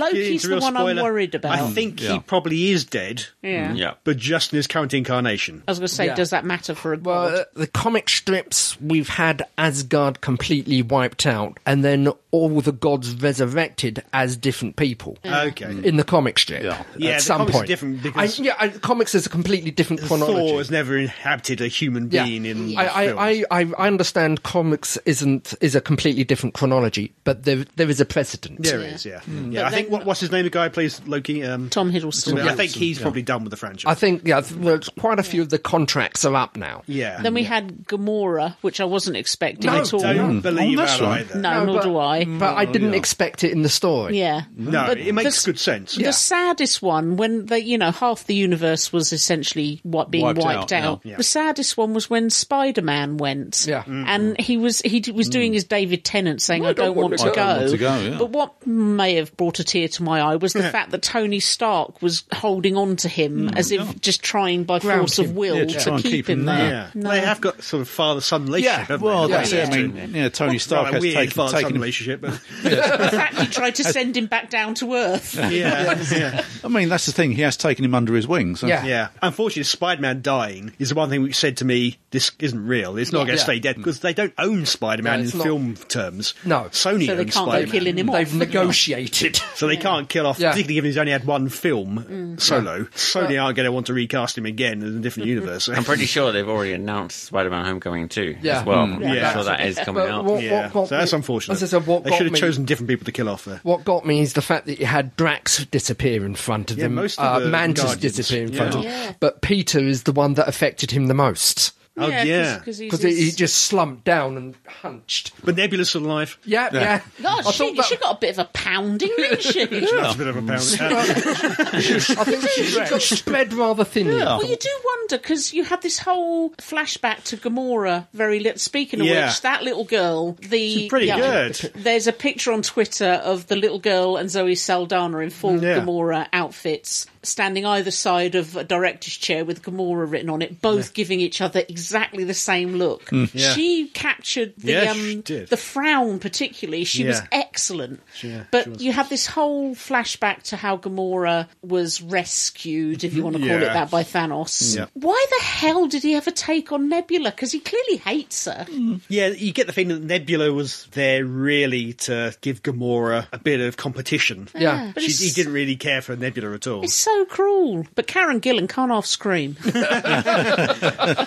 A: getting
C: Loki's
A: into
C: the
A: real
C: one I'm
A: spoiler.
C: worried about.
A: I think Mm.
B: Yeah.
A: he probably is dead,
C: Yeah.
D: Yeah.
A: but just in his current incarnation.
C: I was going to say,
E: Yeah.
C: does that matter for a god?
E: Well, uh, the comic strips, we've had Asgard completely wiped out, and then all the gods resurrected as different people.
A: Okay.
C: Mm.
E: In the comic strip,
B: Yeah.
E: at
A: Yeah, the
E: some
A: comics are
E: point,
A: different because-
E: I, yeah, I, comics is a completely different chronology.
A: Thor has never inhabited a human
E: Yeah.
A: being in
E: I,
A: the film.
E: I, I, I I understand comics isn't is a completely different chronology, but there there is a precedent.
A: there is, yeah, yeah.
C: Mm. But
A: I think
C: then-
A: what, what's his name? The guy who plays Loki. Um,
C: Tom Hiddleston.
A: I think he's probably done with the
E: I
A: franchise.
E: think yeah, th- well, quite a few of the contracts are up now.
A: yeah,
C: Then we had Gamora, which I wasn't expecting
E: No,
C: at all.
A: Don't believe
B: that's
A: that
B: right.
A: either.
C: No, nor
E: but,
C: do I.
E: But
A: Oh,
E: I didn't expect it in the story.
C: Yeah.
A: No,
C: But
A: it makes
C: this-
A: good sense.
C: The saddest one, when they, you know, half the universe was essentially what being
B: Wiped
C: wiped,
B: out,
C: out.
A: yeah.
C: The saddest one was when Spider-Man went,
E: Yeah.
C: and he was he d- was doing his David Tennant saying, "I don't, want, to
B: go." Mm.
C: go."
B: I don't want to go, yeah.
C: But what may have brought a tear to my eye was the fact that Tony Stark was holding on to him as if just trying by
E: Ground
C: force
E: him.
C: of will
B: Mm, Yeah,
C: to,
B: to try and
C: keep,
B: keep him
C: him
B: there.
C: there.
A: Yeah. They have got sort of father son relationship,
B: Yeah,
A: haven't
B: well,
A: they?
B: that's
A: yeah.
B: it. I mean, yeah, Tony Stark
A: Well, a
B: has
A: weird
B: taken,
A: father son
B: taken
A: relationship. But
C: In fact, he tried to send him back down to Earth.
A: yeah, yeah,
B: I mean, that's the thing. He has taken him under his wing. So.
E: Yeah.
A: yeah. Unfortunately, Spider Man dying is the one thing which said to me, this isn't real. It's not going to
E: Yeah.
A: stay dead because they don't own Spider Man
E: No,
A: in
E: it's not.
A: film terms.
E: No.
A: Sony
C: So they
A: owns
C: can't go
A: Spider Man.
C: killing him off.
E: They've negotiated.
A: So they can't kill off,
E: Yeah.
A: particularly given he's only had one film
C: Mm.
A: solo. Sony aren't going to want to recast him again in a different universe.
D: I'm pretty sure they've already announced Spider-Man: Homecoming too.
E: Yeah.
D: as well.
E: Mm.
D: I'm pretty
A: Yeah.
D: sure that is coming
E: But
D: out.
E: what-
A: yeah,
E: what got
A: so that's
E: me-
A: unfortunate.
E: As I said, what
A: they
E: got
A: should have
E: me-
A: chosen different people to kill off there.
E: What got me is the fact that you had Drax disappear in front of
A: Yeah,
E: them,
A: most of
E: uh,
A: the
E: Mantis
A: Guardians.
E: disappear in
A: Yeah.
E: front of
C: Yeah.
E: them, but Peter is the one that affected him the most
A: Oh, yeah.
C: because he's.
E: because he
C: he's-
E: just slumped down and hunched.
A: But Nebula's still alive.
E: Yeah, yeah.
C: Oh,
E: I
C: she,
E: thought that-
C: she got a bit of a pounding, didn't she?
A: That's a bit of a pound. Uh,
E: I think she got spread rather thinly.
C: Well, you do wonder because you had this whole flashback to Gamora. Very little. Speaking of
A: Yeah.
C: which, that little girl, the
A: pretty
C: yeah.
A: good.
C: There's a picture on Twitter of the little girl and Zoe Saldana in full
A: Yeah.
C: Gamora outfits, standing either side of a director's chair with Gamora written on it, both giving each other exactly the same look.
A: Mm. Yeah.
C: She captured the
A: Yeah,
C: um,
A: she did.
C: the frown particularly. She was
A: Yeah.
C: excellent.
A: yeah,
C: but
A: she was.
C: you had this whole flashback to how Gamora was rescued,
E: Mm-hmm.
C: if you want to call
A: Yeah.
C: it that, by Thanos.
A: Yeah.
C: Why the hell did he ever take on Nebula? Because he clearly hates her.
E: Hmm.
A: yeah, you get the feeling that Nebula was there really to give Gamora a bit of competition.
E: Yeah.
C: But
A: She,
C: it's,
A: he didn't really care for Nebula at all.
C: it's so cruel. But Karen Gillan can't half scream.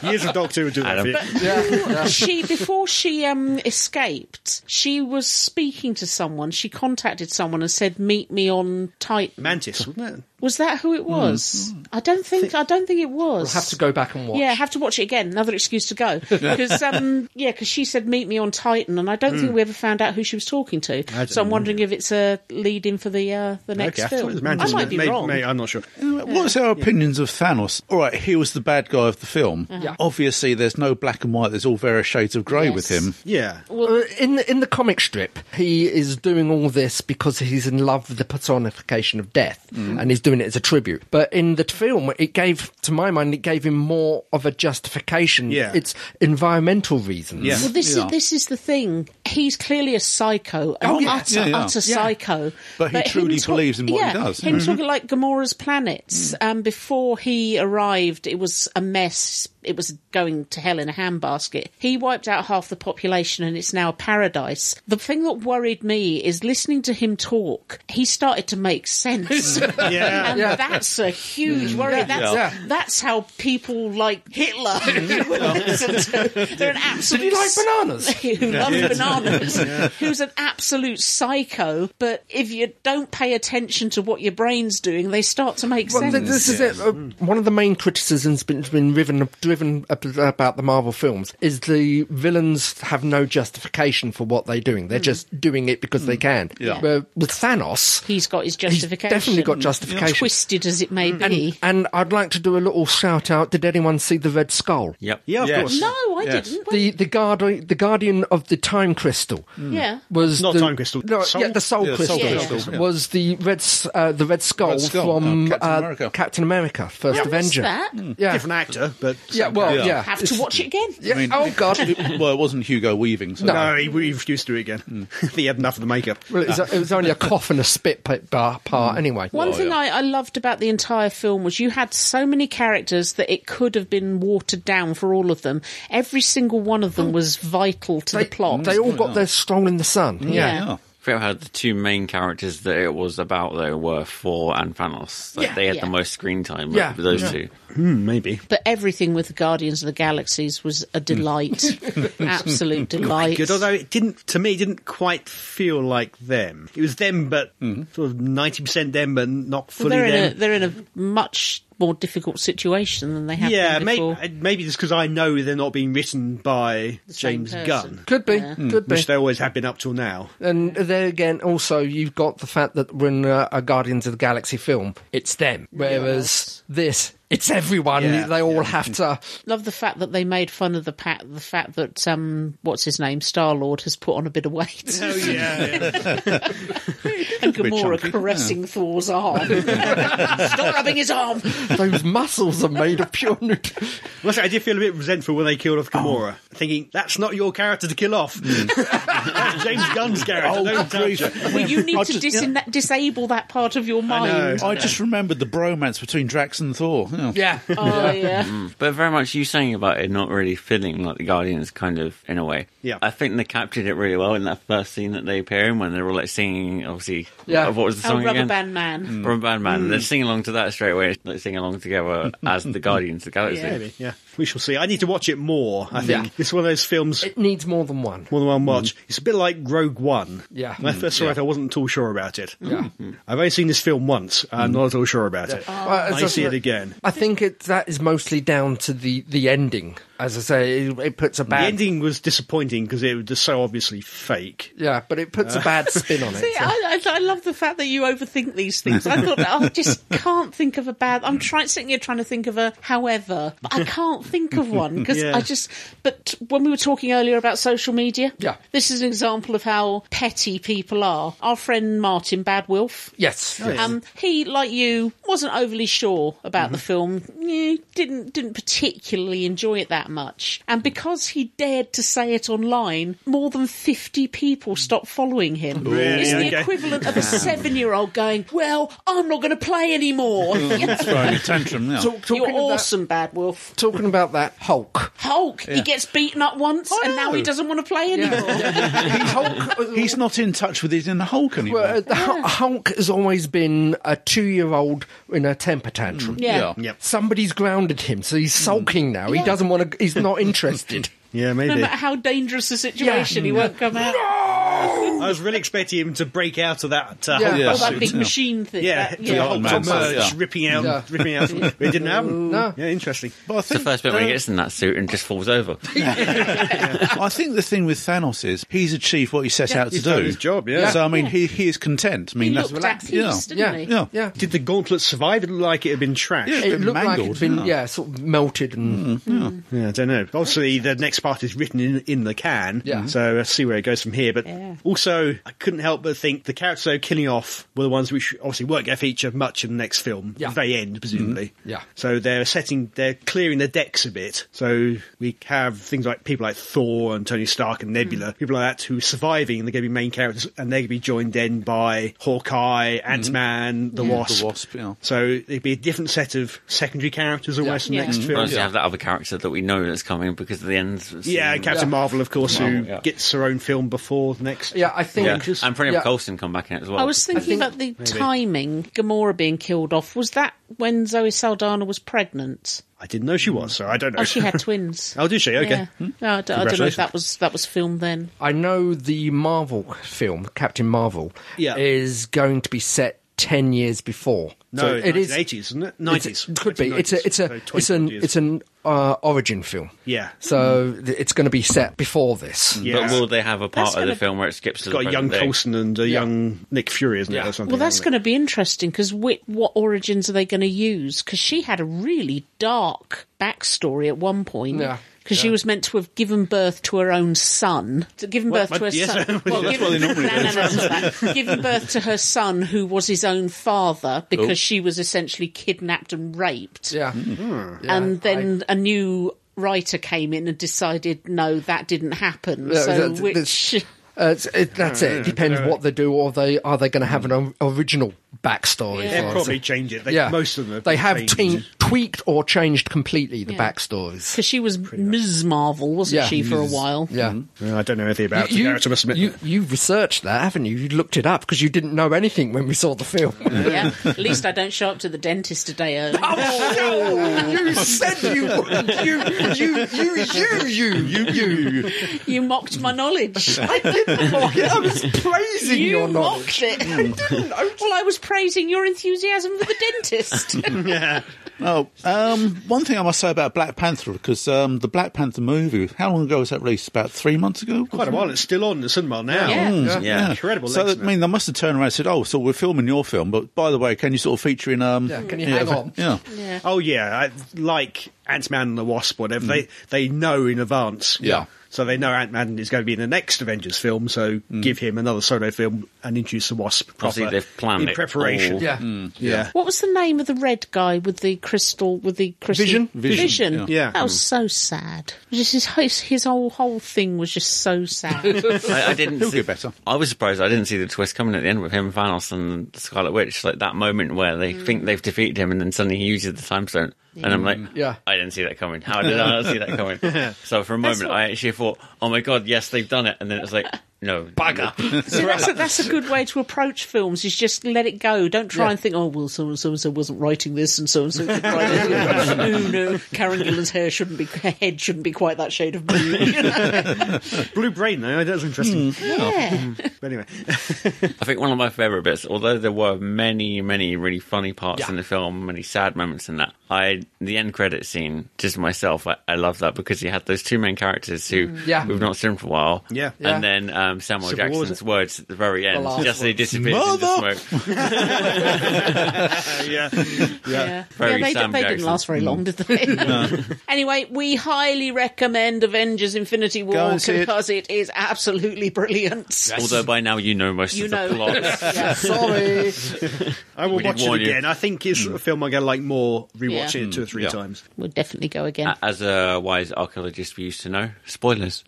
A: Years of Doctor Who do that
D: Adam.
A: for you.
C: she before she um escaped, she was speaking to someone. She contacted someone and said, "Meet me on Titan."
A: Mantis, wasn't it?
C: Was that who it was? I don't think. I don't think it was.
E: Hmm. We'll have to go back and watch.
C: Yeah, have to watch it again. Another excuse to go because um, yeah, because she said meet me on Titan, and I don't think we ever found out who she was talking to.
A: Hmm. don't
C: So I'm wondering if it's a lead in for the uh, the next
A: Okay, I thought it
C: film.
A: was Mantis.
C: might be
A: May-
C: wrong.
A: may- I'm not sure.
B: What's our opinions of Thanos? All right, he was the bad guy of the film. Obviously, there's no black and white. There's all various shades of grey with
C: Yes.
B: him.
A: Yeah.
E: Uh, in the, in the comic strip, he is doing all this because he's in love with the personification of death, and he's doing it as a tribute. But in the film, it gave, to my mind, it gave him more of a justification.
A: Yeah.
E: it's environmental reasons.
A: Yeah.
C: Well, this is this is the thing. He's clearly a psycho, an
B: Oh, yeah.
C: utter
B: Yeah, yeah.
C: utter
B: Yeah.
C: psycho.
B: But he truly believes in what he
C: yeah,
B: does. Mm-hmm. Mm.
C: Him talking like Gamora's planets. Um, before he arrived, it was a mess. It was going to hell in a handbasket. He wiped out half the population, and it's now a paradise. The thing that worried me is listening to him talk. He started to make sense.
A: Yeah.
C: And that's a huge
B: Mm.
C: worry. That's, that's how people like Hitler
B: Mm-hmm.
C: would listen to. They're an absolute.
E: Did he like bananas?
C: who loves bananas, who's an absolute psycho. But if you don't pay attention to what your brain's doing, they start to make
E: Well, th-
C: sense.
E: this is it. Uh, one of the main criticisms been been driven, driven ab- about the Marvel films is the villains have no justification for what they're doing. They're just doing it because they can.
B: Hmm. Yeah.
E: Where with Thanos,
C: He's got his
E: he's
C: justification.
E: definitely got justification.
C: Twisted as it may
E: Mm.
C: be.
E: And I'd like to do a little shout out. Did anyone see the Red Skull?
D: Yep.
A: Yeah, of
B: Yes.
A: course.
C: no, I
B: Yes.
C: didn't.
E: The the guardian the guardian of the time crystal
C: yeah.
E: was
A: Not
E: the,
A: time crystal,
E: No,
A: soul?
E: yeah, the soul
B: Yeah, soul
E: crystal,
B: crystal, yeah.
E: was the red S- uh, the red skull,
B: Red Skull,
E: from
B: uh, Captain
E: uh,
B: America.
E: Captain America, First
C: What was
E: Avenger.
C: that?
E: Yeah,
A: Different actor, but.
E: yeah, well,
B: Yeah.
E: yeah.
C: Have to
E: It's-
C: watch it again.
E: Yeah. oh God.
B: well, it wasn't Hugo Weaving. So
A: No, Oh, he he refused to do it again. he had enough of the makeup.
E: Well, it was, it was only a cough and a spit pa- bar
A: Mm.
E: part anyway.
A: Oh,
C: One thing I, I loved about the entire film was you had so many characters that it could have been watered down for all of them. Every single one of them was vital to
E: Mm. They,
C: the plot.
E: they
A: Mm.
E: all got their stroll in the sun. Yeah.
J: Oh,
B: yeah.
D: I forget how the two main characters that it was about though were Thor and Thanos. Like,
E: Yeah.
D: they had
C: Yeah.
D: the most screen time.
E: Yeah.
D: Yeah. those
E: Yeah.
D: two.
A: Hmm, Maybe.
C: But everything with the Guardians of the Galaxies was a delight, absolute delight.
A: Good, although it didn't, to me, it didn't quite feel like Hmm. them. It was them, but sort of 90% them, but not fully
C: Well, they're in a
A: them.
C: they're in a much more difficult situation than they have
A: yeah,
C: been
A: may-
C: before.
A: uh, maybe it's because I know they're not being written by
C: same
A: James
C: person.
A: Gunn,
E: Could be, could be.
A: which they always have been up till now.
E: And there again, also you've got the fact that when uh, a Guardians of the Galaxy film, it's them, whereas this, it's everyone.
A: Yeah,
E: they all have to.
C: Love the fact that they made fun of the pa- the fact that um, what's his name, Star Lord, has put on a bit of weight,
A: Oh yeah,
C: and Gamora
J: chunky, yeah.
C: caressing Thor's arm. Stop rubbing his arm.
E: Those muscles are made of pure nut.
A: Well, I did feel a bit resentful when they killed off Gamora, thinking that's not your character to kill off.
E: Hmm.
A: that's James Gunn's character. Don't touch her.
C: Well, you need
J: I
C: to
J: just-
C: dis- disable that part of your mind.
J: I just remembered the bromance between Drax and Thor. Yeah.
E: Yeah,
C: Oh yeah.
D: But very much you saying about it not really feeling like the Guardians, kind of in a way.
A: Yeah.
D: I think they captured it really well in that first scene that they appear in when they were like singing, obviously.
E: Yeah. Hmm.
D: What was the
C: Oh,
D: song
C: Rubber
D: again?
C: Band Man.
D: Rubber Band Man. They're singing along to that straight away. They sing along together as the Guardians of the Galaxy.
C: Yeah.
A: Maybe, yeah. We shall see. I need to watch it more. I think
E: Yeah.
A: it's one of those films.
E: it needs more than one.
A: more than one watch. It's a bit like Rogue One.
E: Yeah. Hmm.
A: When I first saw it, I wasn't at all sure about it. Yeah. I've only seen this film once. I'm
E: Hmm.
A: not at all sure about it.
C: Oh,
E: Well, it's
A: I
E: just
A: see it
E: that-
A: again.
E: I think it, that is mostly down to the, the ending. As I say, it, it puts a
A: The
E: bad
A: ending was disappointing because it was just so obviously fake.
E: yeah, but it puts a bad spin on it.
C: See, I, I, I love the fact that you overthink these things. I thought, oh, I just can't think of a bad. I'm trying sitting here trying to think of a however, but I can't think of one because
A: Yeah.
C: I just. But when we were talking earlier about social media,
E: Yeah.
C: this is an example of how petty people are. Our friend Martin Bad Wilf,
E: yes,
C: Um, he, like you, wasn't overly sure about
A: Mm-hmm.
C: the film. Eh, didn't didn't particularly enjoy it that much. And because he dared to say it online, more than fifty people stopped following him.
A: Really?
C: It's the
A: Okay.
C: equivalent of a seven-year-old going, "Well, I'm not going to play anymore."
J: Throwing a tantrum now.
E: Talk- talking
C: You're
E: of that-
C: awesome, Bad Wolf.
E: talking about that Hulk.
C: Hulk, he gets beaten up once, and now he doesn't want to play anymore.
E: Hulk
J: He's not in touch with his inner Hulk anymore.
E: Well, uh, the Hul- Hulk has always been a two-year-old in a temper tantrum.
C: Mm, Yeah. Mm.
J: yeah.
E: Somebody's grounded him, so he's sulking now. He doesn't want to. He's not interested.
A: Yeah,
C: No
A: maybe. Mm.
C: matter how dangerous the situation, he won't come out.
A: I was really expecting him to break out of that. Uh,
E: Yeah.
A: whole-
J: Yeah.
C: Oh, that
J: suit,
C: big
J: yeah.
C: machine thing.
A: yeah,
C: that-
A: to the whole
J: Old man
A: submerge,
J: stuff.
A: ripping out,
E: Yeah.
A: ripping out. it didn't happen.
E: No.
A: Yeah, interesting.
J: But I
D: It's the
J: think,
D: first bit when
J: uh,
D: he gets in that suit and just falls over.
J: I think the thing with Thanos is he's achieved what he set out to
A: he's
J: do.
A: done his job, yeah.
J: So I mean, he he is content. I mean,
C: He
J: that's
C: looked at peace,
J: yeah.
C: didn't
E: Yeah.
C: he?
J: yeah.
E: Yeah.
A: Did the gauntlet survive? It looked like it had been trashed.
J: Yeah.
E: It
J: been
E: looked like
J: mangled,
E: it's been
J: yeah.
E: yeah, sort of melted and
A: Yeah, I don't know. Obviously, the next part is written in, in the can.
E: Yeah.
A: So let's see where it goes from here. But also, I couldn't help but think the characters they were killing off were the ones which obviously won't get featured much in the next film.
E: Yeah.
A: They end, presumably.
E: Yeah.
A: So they're setting, they're clearing the decks a bit. So we have things like people like Thor and Tony Stark and Nebula, people like that who are surviving and they're going to be main characters and they're going to be joined then by Hawkeye, Ant Man, the, Wasp.
J: The Wasp, yeah.
A: So there'd be a different set of secondary characters almost
C: Yeah.
A: in the next
C: Mm.
A: film.
D: Plus, you have that other character that we know that's coming because of the end. scene.
A: Yeah, Captain Marvel, of course, who
D: Marvel, yeah.
A: gets her own film before the next.
E: yeah. I think
D: Yeah. And Prem
E: yeah.
D: Coulson come back in it as well.
C: I was thinking about the timing, Gamora being killed off. Was that when Zoe Saldana was pregnant?
A: I didn't know she was, so I don't know.
C: Oh, Hmm. she had twins.
A: Oh, did she? Okay.
C: Yeah. No, I, don't, I don't know
A: Congratulations.
C: if that was that was filmed then.
E: I know the Marvel film Captain Marvel
A: Yeah.
E: is going to be set ten years before.
A: No,
E: So
A: it's
E: it is-
A: 1980s, isn't it?
E: it's-
A: 90s.
E: it could be. It's a it's
A: 1990s,
E: a
A: so
E: it's an
A: 20 years.
E: it's an uh, origin film.
A: Yeah.
E: So
A: Mm.
E: th- it's going to be set before this.
A: Yeah.
D: But will they have a part
C: That's
D: of the
C: gonna-
D: film where it skips to
A: It's got
D: the
A: a young
D: present day?
A: Coulson and a young Nick Fury, isn't it? Or something,
C: Well, that's
A: isn't
C: going to be interesting because what origins are they going to use? Because she had a really dark backstory at one point.
E: Yeah.
C: Because she was meant to have given birth to her own son, to given birth
A: What?
C: to her
A: Yes.
C: son.
A: Well, that's
C: given,
A: what they normally
C: no, no, no, that's right. Given birth to her son, who was his own father, because she was essentially kidnapped and raped.
E: Oh. Yeah.
A: Mm-hmm.
E: Yeah,
C: and
E: I-
C: then a new writer came in and decided no that didn't happen
E: Yeah,
C: so
E: that-
C: which
E: Uh, it's- it, that's it. It depends what they do, or they are they going to have an o- original backstory.
C: Yeah.
E: for
A: They'll Mm.
E: us?
A: probably change it. They,
E: yeah,
A: Most of them.
E: they have
A: changed.
E: tween- tweaked or changed completely the
C: Yeah.
E: backstories.
C: because she was ms marvel wasn't
E: Yeah.
C: she for a while
E: Yeah,
A: Yeah, I don't know anything about the character, I must admit.
E: you, you've researched that, haven't you? You looked it up because you didn't know anything when we saw the film.
C: yeah at least i don't show up to the dentist today early.
E: Oh, you said you, you, you, you, you, you, you,
A: Mm.
E: you.
C: you mocked my knowledge
E: I didn't mock it. I was praising
C: you
E: your knowledge.
C: mocked it well i was praising your enthusiasm for the dentist
B: Oh, um, one thing I must say about Black Panther because um, the Black Panther movie, how long ago was that released? About three months ago.
I: Quite a while. It's still on the cinema now.
C: Yeah.
I: Mm,
D: Yeah.
I: Incredible.
B: So
I: legs,
B: I mean, they must have turned around and said, "Oh, so we're filming your film, but by the way, can you sort of feature in?" Um,
E: Yeah, can you hang on?
B: Yeah.
C: Yeah.
I: Oh yeah, I, like Ant Man and the Wasp, whatever.
D: Mm.
I: They they know in advance.
B: Yeah.
I: So they know Ant Man is going to be in the next Avengers film. So give him another solo film and introduce the Wasp
D: Obviously,
I: proper
D: Mm. they've planned
I: in
D: it
I: preparation.
D: all.
E: Yeah.
A: Mm.
I: yeah.
C: What was the name of the red guy with the crystal with the crystal
I: Vision?
B: Vision,
C: Vision.
B: yeah.
I: Yeah.
C: that was so sad. Just his his, his whole whole thing was just so sad.
D: I, I didn't.
B: He'll
D: see,
B: get better.
D: I was surprised I didn't see the twist coming at the end with him, Thanos, and the Scarlet Witch. Like that moment where they
C: Mm.
D: think they've defeated him, and then suddenly he uses the time stone, and I'm
C: Mm.
D: like,
E: Yeah.
D: I didn't see that coming. How did I not see that coming? so for a moment,
C: what-
D: I actually thought, oh my god, yes, they've done it, and then it's like, no, nah.
C: so that's a, that's a good way to approach films. Is just let it go. Don't try and think, oh well, so and so and so wasn't writing this, and so and so did write it. oh no, Karen Gillan's hair shouldn't be her head shouldn't be quite that shade of blue.
I: Blue Brain though that was interesting.
D: Mm.
C: yeah.
I: But anyway, Uh,
D: I think one of my favourite bits, although there were many, many really funny parts in the film, many sad moments in that, I the end credit scene, just myself, I, I love that because you had those two main characters who
E: Yeah.
D: we've not seen for a while.
I: Yeah.
E: Yeah.
D: And then um, Samuel
I: Civil War, was
D: Jackson's words at the very end,
E: last
D: just they
E: one.
D: disappeared
B: Mother!
D: into smoke.
C: Yeah,
D: Very
C: yeah they,
D: Sam
C: they didn't
D: Jackson.
C: last very long, did they?
B: Mm.
C: anyway, we highly recommend Avengers Infinity
B: Go
C: War
B: and see it.
C: because it is absolutely brilliant.
D: Although by now you know most
C: You
D: of the
C: know.
D: plot.
E: Sorry.
I: I will
D: We did
I: watch it
D: warn you. Mm.
I: again. I think it's a film I'm going to like more rewatching
C: Yeah.
I: it two or three
B: Yeah.
I: times.
C: We'll definitely go again.
D: As a wise archaeologist, we used to know spoilers.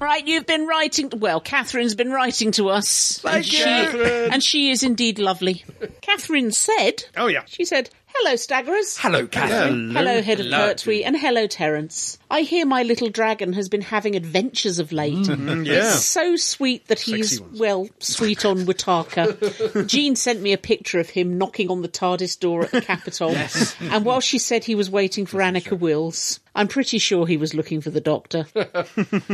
C: right, you've been writing. Well, Catherine's been writing to us. and
B: you,
C: she-
B: Catherine.
C: and she is indeed lovely. Catherine said,
I: Oh yeah.
C: She said, Hello, Staggerers.
E: Hello, Catherine.
C: Hello, head of Pertwee, and hello, Terence. I hear my little dragon has been having adventures of late. It's so sweet that he's,
I: Sexy ones.
C: well, sweet on Wataka. Jean sent me a picture of him knocking on the TARDIS door at the Capitol, and while she said he was waiting for Annika Wills, I'm pretty sure he was looking for the doctor.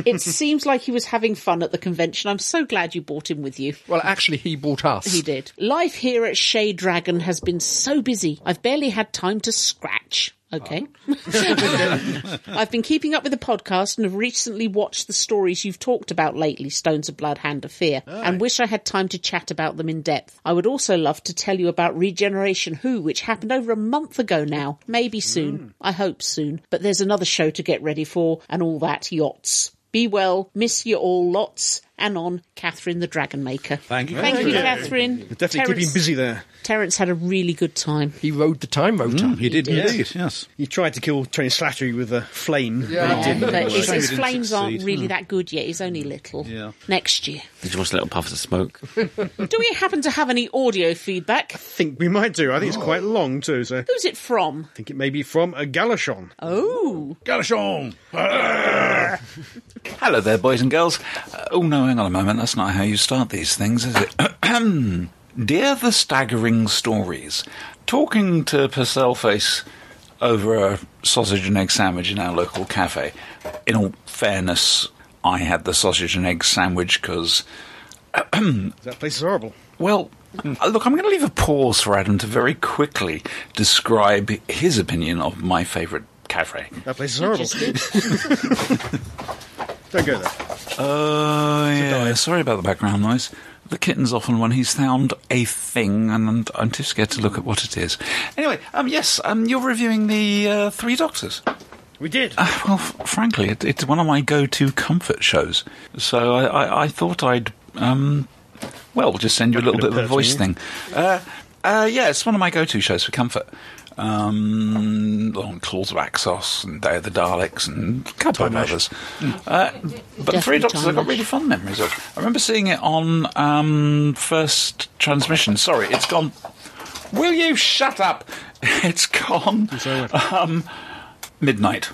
C: it seems like he was having fun at the convention. I'm so glad you brought him with you.
E: Well, actually, he bought us.
C: He did. Life here at Shade Dragon has been so busy, I've barely had time to scratch. Okay. I've been keeping up with the podcast and have recently watched the stories you've talked about lately, Stones of Blood, Hand of Fear, and wish I had time to chat about them in depth. I would also love to tell you about Regeneration Who, which happened over a month ago now. Maybe soon.
B: Hmm.
C: I hope soon. But there's another show to get ready for and all that yachts. Be well, miss you all lots, and on Catherine the Dragon Maker.
B: Thank you.
C: Thank you, Catherine.
I: Definitely
C: Terence,
I: keeping busy there.
C: Terence had a really good time.
E: He rode the time rotor.
B: He did indeed. Yes.
I: He tried to kill Tony Slattery with a flame.
E: Yeah.
I: They did.
C: but uh, his,
B: Shame
C: his
B: he didn't
C: flames aren't
B: succeed.
C: really that good yet. He's only little.
B: Hmm. Yeah.
C: Next year.
D: Just little puffs of smoke.
C: Do we happen to have any audio feedback?
I: I think we might do. I
D: Oh.
I: think it's quite long too. So I
C: Who's it from?
I: think it may be from a Galashon.
C: Oh,
B: Galashon.
J: Hello there, boys and girls. Uh, oh, no, hang on a moment. That's not how you start these things, is it? Dear the Staggering Stories, talking to Purcell Face over a sausage and egg sandwich in our local cafe. In all fairness, I had the sausage and egg sandwich because
I: That place is horrible.
J: well, uh, look, I'm going to leave a pause for Adam to very quickly describe his opinion of my favourite cafe.
I: That place is horrible. Don't go there.
J: Oh, yeah. Sorry about the background noise. The kitten's off on one. He's found a thing, and I'm, I'm too scared to look at what it is. Anyway, um, yes, um, you're reviewing the uh, Three Doctors.
I: We did.
J: Uh, well, f- frankly, it, it's one of my go-to comfort shows. So I, I, I thought I'd, um, well, just send you a little bit of a voice thing. Uh, uh, yeah, it's one of my go-to shows for comfort. Um, on Claws of Axos and Day of the Daleks and a couple of others. Uh, but the Three
C: Hmm. Definitely
J: Doctors I've got
C: Time
J: really fond memories of. I remember seeing it on um, first transmission. Sorry, it's gone. Will you shut up? It's gone. Um, midnight.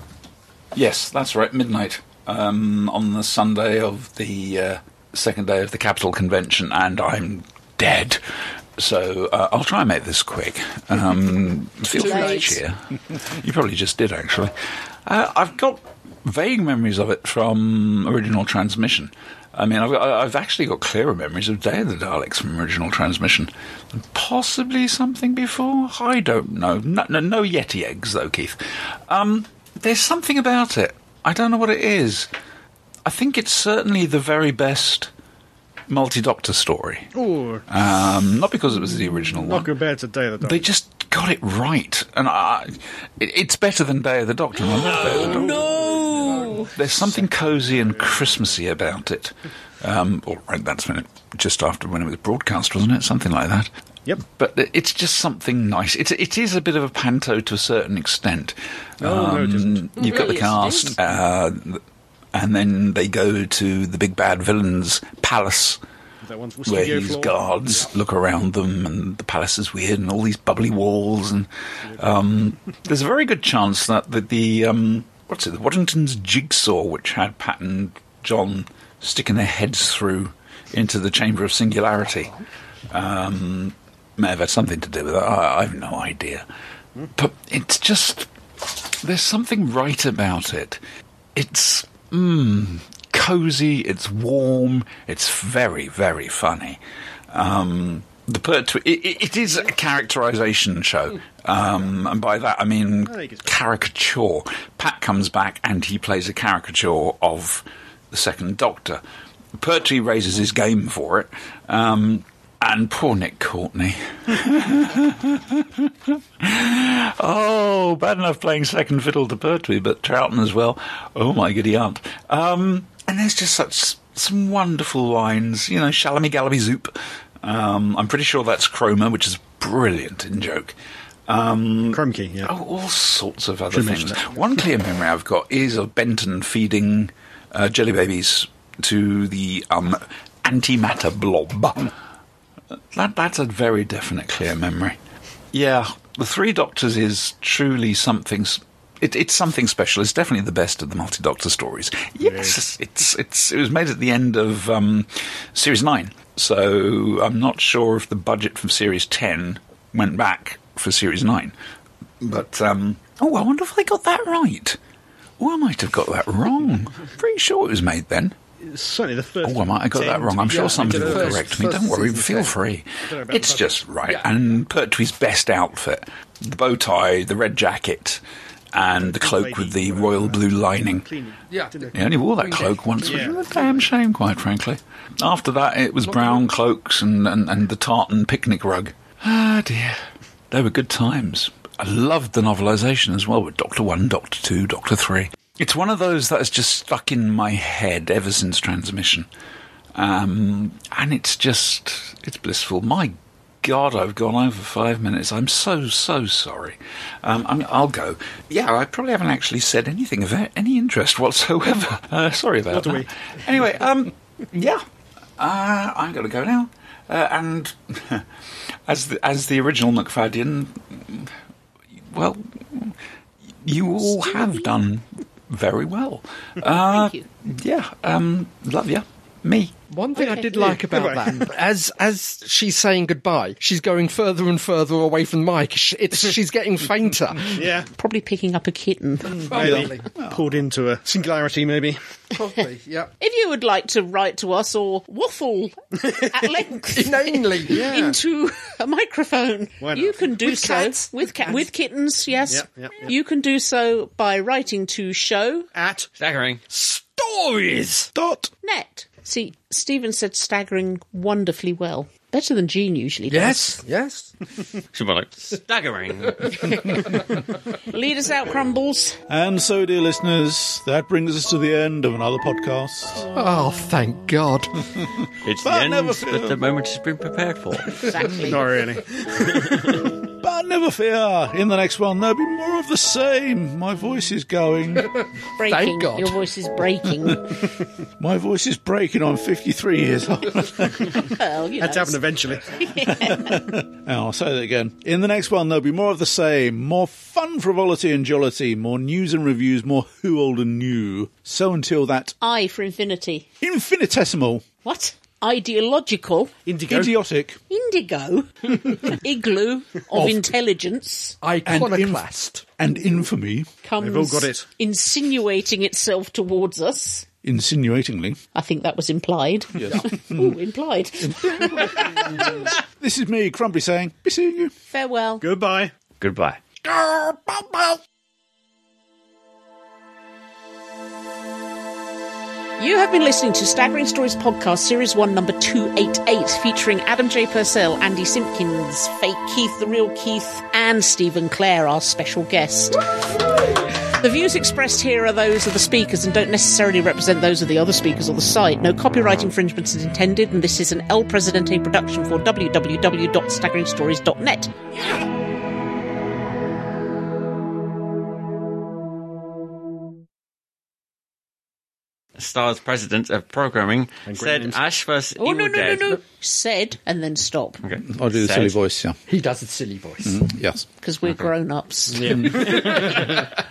J: Yes, that's right, midnight um, on the Sunday of the uh, second day of the Capitol Convention, and I'm dead. So uh, I'll try and make this quick. Um, feel free to
C: late.
J: cheer. You probably just did, actually. Uh, I've got vague memories of it from original transmission. I mean, I've, I- I've actually got clearer memories of Day of the Daleks from original transmission. And possibly something before? I don't know. No, no, no Yeti eggs, though, Keith. Um, there's something about it. I don't know what it is. I think it's certainly the very best multi doctor story.
A: Or
J: Um, not because it was the original
A: not
J: one.
A: compared to Day of the
J: They
A: Dog.
J: just got it right, and I, it, it's better than Day of the Doctor. and I love Day of the Doctor.
C: No!
J: There's something cosy and Christmassy about it. Um, or right, that's when it, just after when it was broadcast, wasn't it? Something like that.
A: Yep.
J: But it- it's just something nice. It, it is a bit of a panto to a certain extent. Um,
A: Oh, no, it isn't.
J: You've got the
C: Really, it's
J: cast, uh, th- and then they go to the big bad villain's palace
A: That wonderful
J: where
A: studio
J: his
A: floor.
J: guards look around them, and the palace is weird, and all these bubbly walls, and um, there's a very good chance that the, the um, what's it, the Waddington's jigsaw, which had Pat and John sticking their heads through into the chamber of singularity, um, may have had something to do with that. I, I have no idea,
A: Hmm.
J: but it's just there's something right about it. It's mm, cozy, it's warm, it's very, very funny. Um, the per- tw- it, it- it is a characterization show, um, and by that I mean caricature. Pat comes back and he plays a caricature of the Second Doctor. Pertwee raises his game for it, um, and poor Nick Courtney. Oh, bad enough playing second fiddle to Pertwee, but Troughton as well. Oh my goody aunt. Um, and there's just such some wonderful wines, you know, Shalamy Gallamy Zoop. Um, I'm pretty sure that's Chroma, which is brilliant in joke. Um,
A: Chromkey, yeah.
J: Oh, all sorts of other things. One clear memory I've got is of Benton feeding uh, jelly babies to the um, antimatter blob. That, that's a very definite, clear memory. Yeah, the Three Doctors is truly something. s- It, it's something special. It's definitely the best of the multi-doctor stories. Yes, it's it's it was made at the end of um, series nine, so I'm not sure if the budget from series ten went back for series nine. But um, oh, I wonder if I got that right. Oh, I might have got that wrong. Pretty sure it was made then.
A: Certainly the first.
J: Oh, I might have got that
A: ten
J: wrong. I'm
A: to-
J: sure
A: yeah,
J: somebody will
A: into the first-
J: correct me. Don't worry, feel free.
A: Don't know
J: It's
A: about
J: just right. And Pertwee's best outfit the bow tie, the red jacket, and the cloak with the royal blue lining.
A: Cleaning.
E: Yeah.
J: He only wore that cloak once, which
A: Yeah.
J: was a damn shame, quite frankly. After that, it was brown cloaks and, and, and the tartan picnic rug. Ah, dear. They were good times. I loved the novelisation as well with Doctor One, Doctor Two, Doctor Three. It's one of those that has just stuck in my head ever since transmission. Um, and it's just, it's blissful. My God, I've gone over five minutes. I'm so, so sorry. Um, I mean, I'll go. Yeah, I probably haven't actually said anything of a- any interest whatsoever. Uh, sorry about
A: Not
J: that.
A: we.
J: Anyway, um, yeah, uh, I'm going to go now. Uh, and as the, as the original McFadden, well, you all have done very well. Uh,
C: Thank you.
J: yeah, um, love you. Me.
E: One thing I did like about that, as as she's saying goodbye, she's going further and further away from the mic. Sh- It's she's getting fainter.
A: Yeah,
C: Probably picking up a kitten.
A: maybe pulled into a singularity, maybe.
E: Probably, yeah.
C: If you would like to write to us or waffle at length
E: Inanely, yeah.
C: into a microphone,
A: Why not?
C: you can do so
E: cats.
C: with ca- with kittens. Yes,
A: Yep, yep, yep.
C: you can do so by writing to show
A: At
D: Staggering. Stories!
B: Dot.
C: net. See, Stephen said staggering wonderfully well, better than Jean usually does.
E: Yes, yes.
D: Should be like, staggering.
C: Lead us out, Crumbles.
B: And so, dear listeners, that brings us to the end of another podcast.
E: Oh, thank God.
D: It's
B: But
D: the end,
B: never
D: but the
B: fails.
D: moment has been prepared for.
C: Exactly.
A: not really.
B: But never fear, in the next one there'll be more of the same. My voice is going.
C: breaking.
E: Thank God.
C: Your voice is breaking.
B: My voice is breaking. I'm 53 years old.
C: well, you know,
A: Had to happen eventually.
B: And I'll say that again. In the next one, there'll be more of the same, more fun, frivolity, and jollity, more news and reviews, more who old and new. So until that
C: I for infinity.
B: infinitesimal
C: What? ideological,
I: Indigo.
A: uh,
B: Idiotic.
C: indigo, igloo of, intelligence,
E: Iconoclast.
B: And infamy,
C: comes
I: all got it.
C: insinuating itself towards us.
B: insinuatingly.
C: I think that was implied. Ooh, implied.
B: This is me, Crumbly, saying, be seeing you.
C: Farewell.
I: Goodbye.
D: Goodbye.
C: You have been listening to Staggering Stories Podcast, Series 1, Number 288, featuring Adam J. Purcell, Andy Simpkins, Fake Keith, The Real Keith, and Stephen Clare, our special guest. The views expressed here are those of the speakers and don't necessarily represent those of the other speakers or the site. No copyright infringement is intended, and this is an El Presidente production for www.staggeringstories.net.
D: Star's president of programming said Ash vs.
C: Oh,
D: Evil
C: no, no, no,
D: Dead.
C: no. Said, and then stop,
D: Okay.
G: oh,
B: I'll do the
D: Said-
B: silly voice, yeah.
E: He does a silly voice.
B: Yes.
C: because we're grown ups.
B: And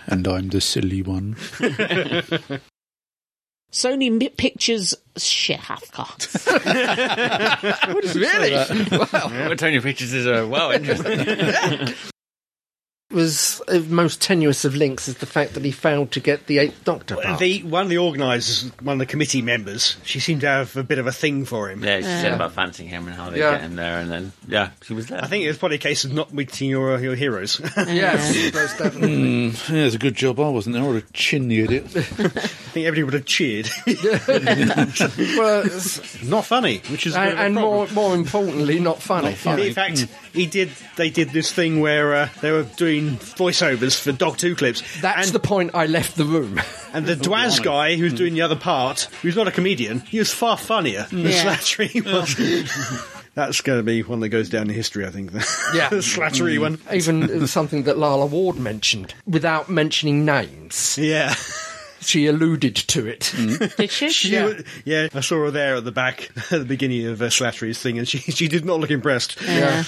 B: I'm the silly one.
C: Sony Mi- Pictures. Shit, half cut.
E: Really?
D: Well, Tony Pictures is a well interesting.
E: was uh, most tenuous of links is the fact that he failed to get the Eighth Doctor part.
A: The, one of the organisers, one of the committee members, she seemed to have a bit of a thing for him.
D: yeah, she said about fancying him and how they
E: Yeah.
D: get him there, and then yeah, she was there.
A: I think it was probably a case of not meeting your, your heroes. I
E: yes, most definitely.
B: Yeah, it's a good job I wasn't there. I would have chinned the idiot.
A: think everybody would have cheered.
E: well, it's-
A: not funny, which is a bit
E: and
A: of a problem.
E: and more, more importantly, not funny.
A: In fact, he did. They did this thing where uh, they were doing voiceovers for Dog Two clips.
E: That's
A: and,
E: the point I left the room.
A: and the Hmm. Dwaz guy who was doing the other part, who's not a comedian, he was far funnier than
C: Yeah.
A: Slattery was. That's going to be one that goes down in history, I think.
E: Yeah.
A: the Slattery one.
E: Even it was something that Lala Ward mentioned without mentioning names.
A: Yeah.
E: She alluded to it.
A: Mm.
C: Did she?
A: She
E: Yeah.
A: wa- yeah, I saw her there at the back at the beginning of uh, Slattery's thing, and she she did not look impressed.
E: Yeah.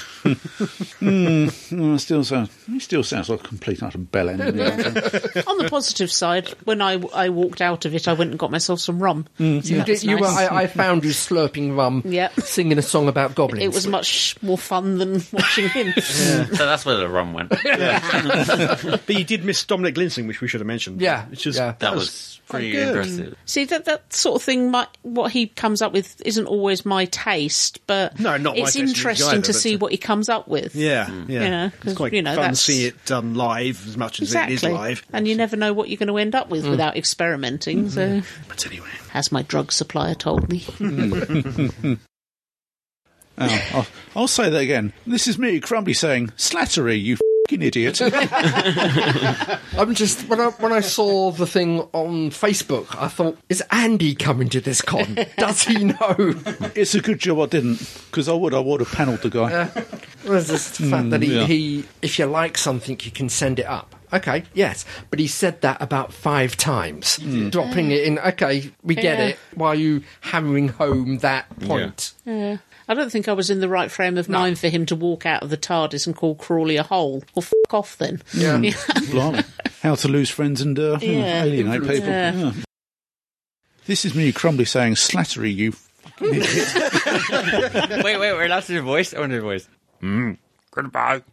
B: Mm, still sounds, he still sounds like a complete and utter bell end.
C: On the positive side, when I, I walked out of it, I went and got myself some rum.
A: Mm.
C: So
E: You
C: that
E: did.
C: was
E: You were.
C: nice.
E: I, I found you slurping rum,
C: Yep.
E: singing a song about goblins.
C: It was much more fun than watching him.
D: so. That's where the run went.
A: But you did miss Dominic Lindsay, which we should have mentioned.
E: Yeah,
A: which is
E: yeah.
D: That was pretty
A: good.
D: impressive.
C: See that that sort of thing, might, what he comes up with isn't always my taste, but
A: No, not my
C: it's
A: taste either,
C: interesting to
A: but-
C: see what he comes up with.
A: Yeah, yeah.
C: You know, 'cause,
A: it's quite
C: you know,
A: fun to
C: that's-
A: see it done live as much as it is
C: Exactly,
A: live.
C: and you never know what you're going to end up with without experimenting. So,
A: Mm. Mm-hmm. But anyway,
C: as my drug supplier told me,
B: Oh, I'll, I'll say that again. This is me, Crumbly, saying, Slattery, you fing idiot.
E: I'm just when I when I saw the thing on Facebook, I thought, is Andy coming to this con? Does he know?
B: it's a good job I didn't, because I would, I would have panelled the guy.
E: Well, There's just the fact that he,
B: yeah.
E: he, if you like something, you can send it up. Okay, yes, but he said that about five times, dropping it in. Okay, we get
C: Yeah.
E: it. While you hammering home that point,
C: Yeah. I don't think I was in the right frame of mind for him to walk out of the TARDIS and call Crawley a hole. Well, f off then.
E: Yeah.
B: Blimey. How to lose friends and uh, hmm,
C: Yeah.
B: alienate people.
C: Yeah.
B: Yeah. This is me, Crumbly, saying, Slattery, you
D: Wait, wait, we're allowed to do voice. I want to do voice.
J: Goodbye.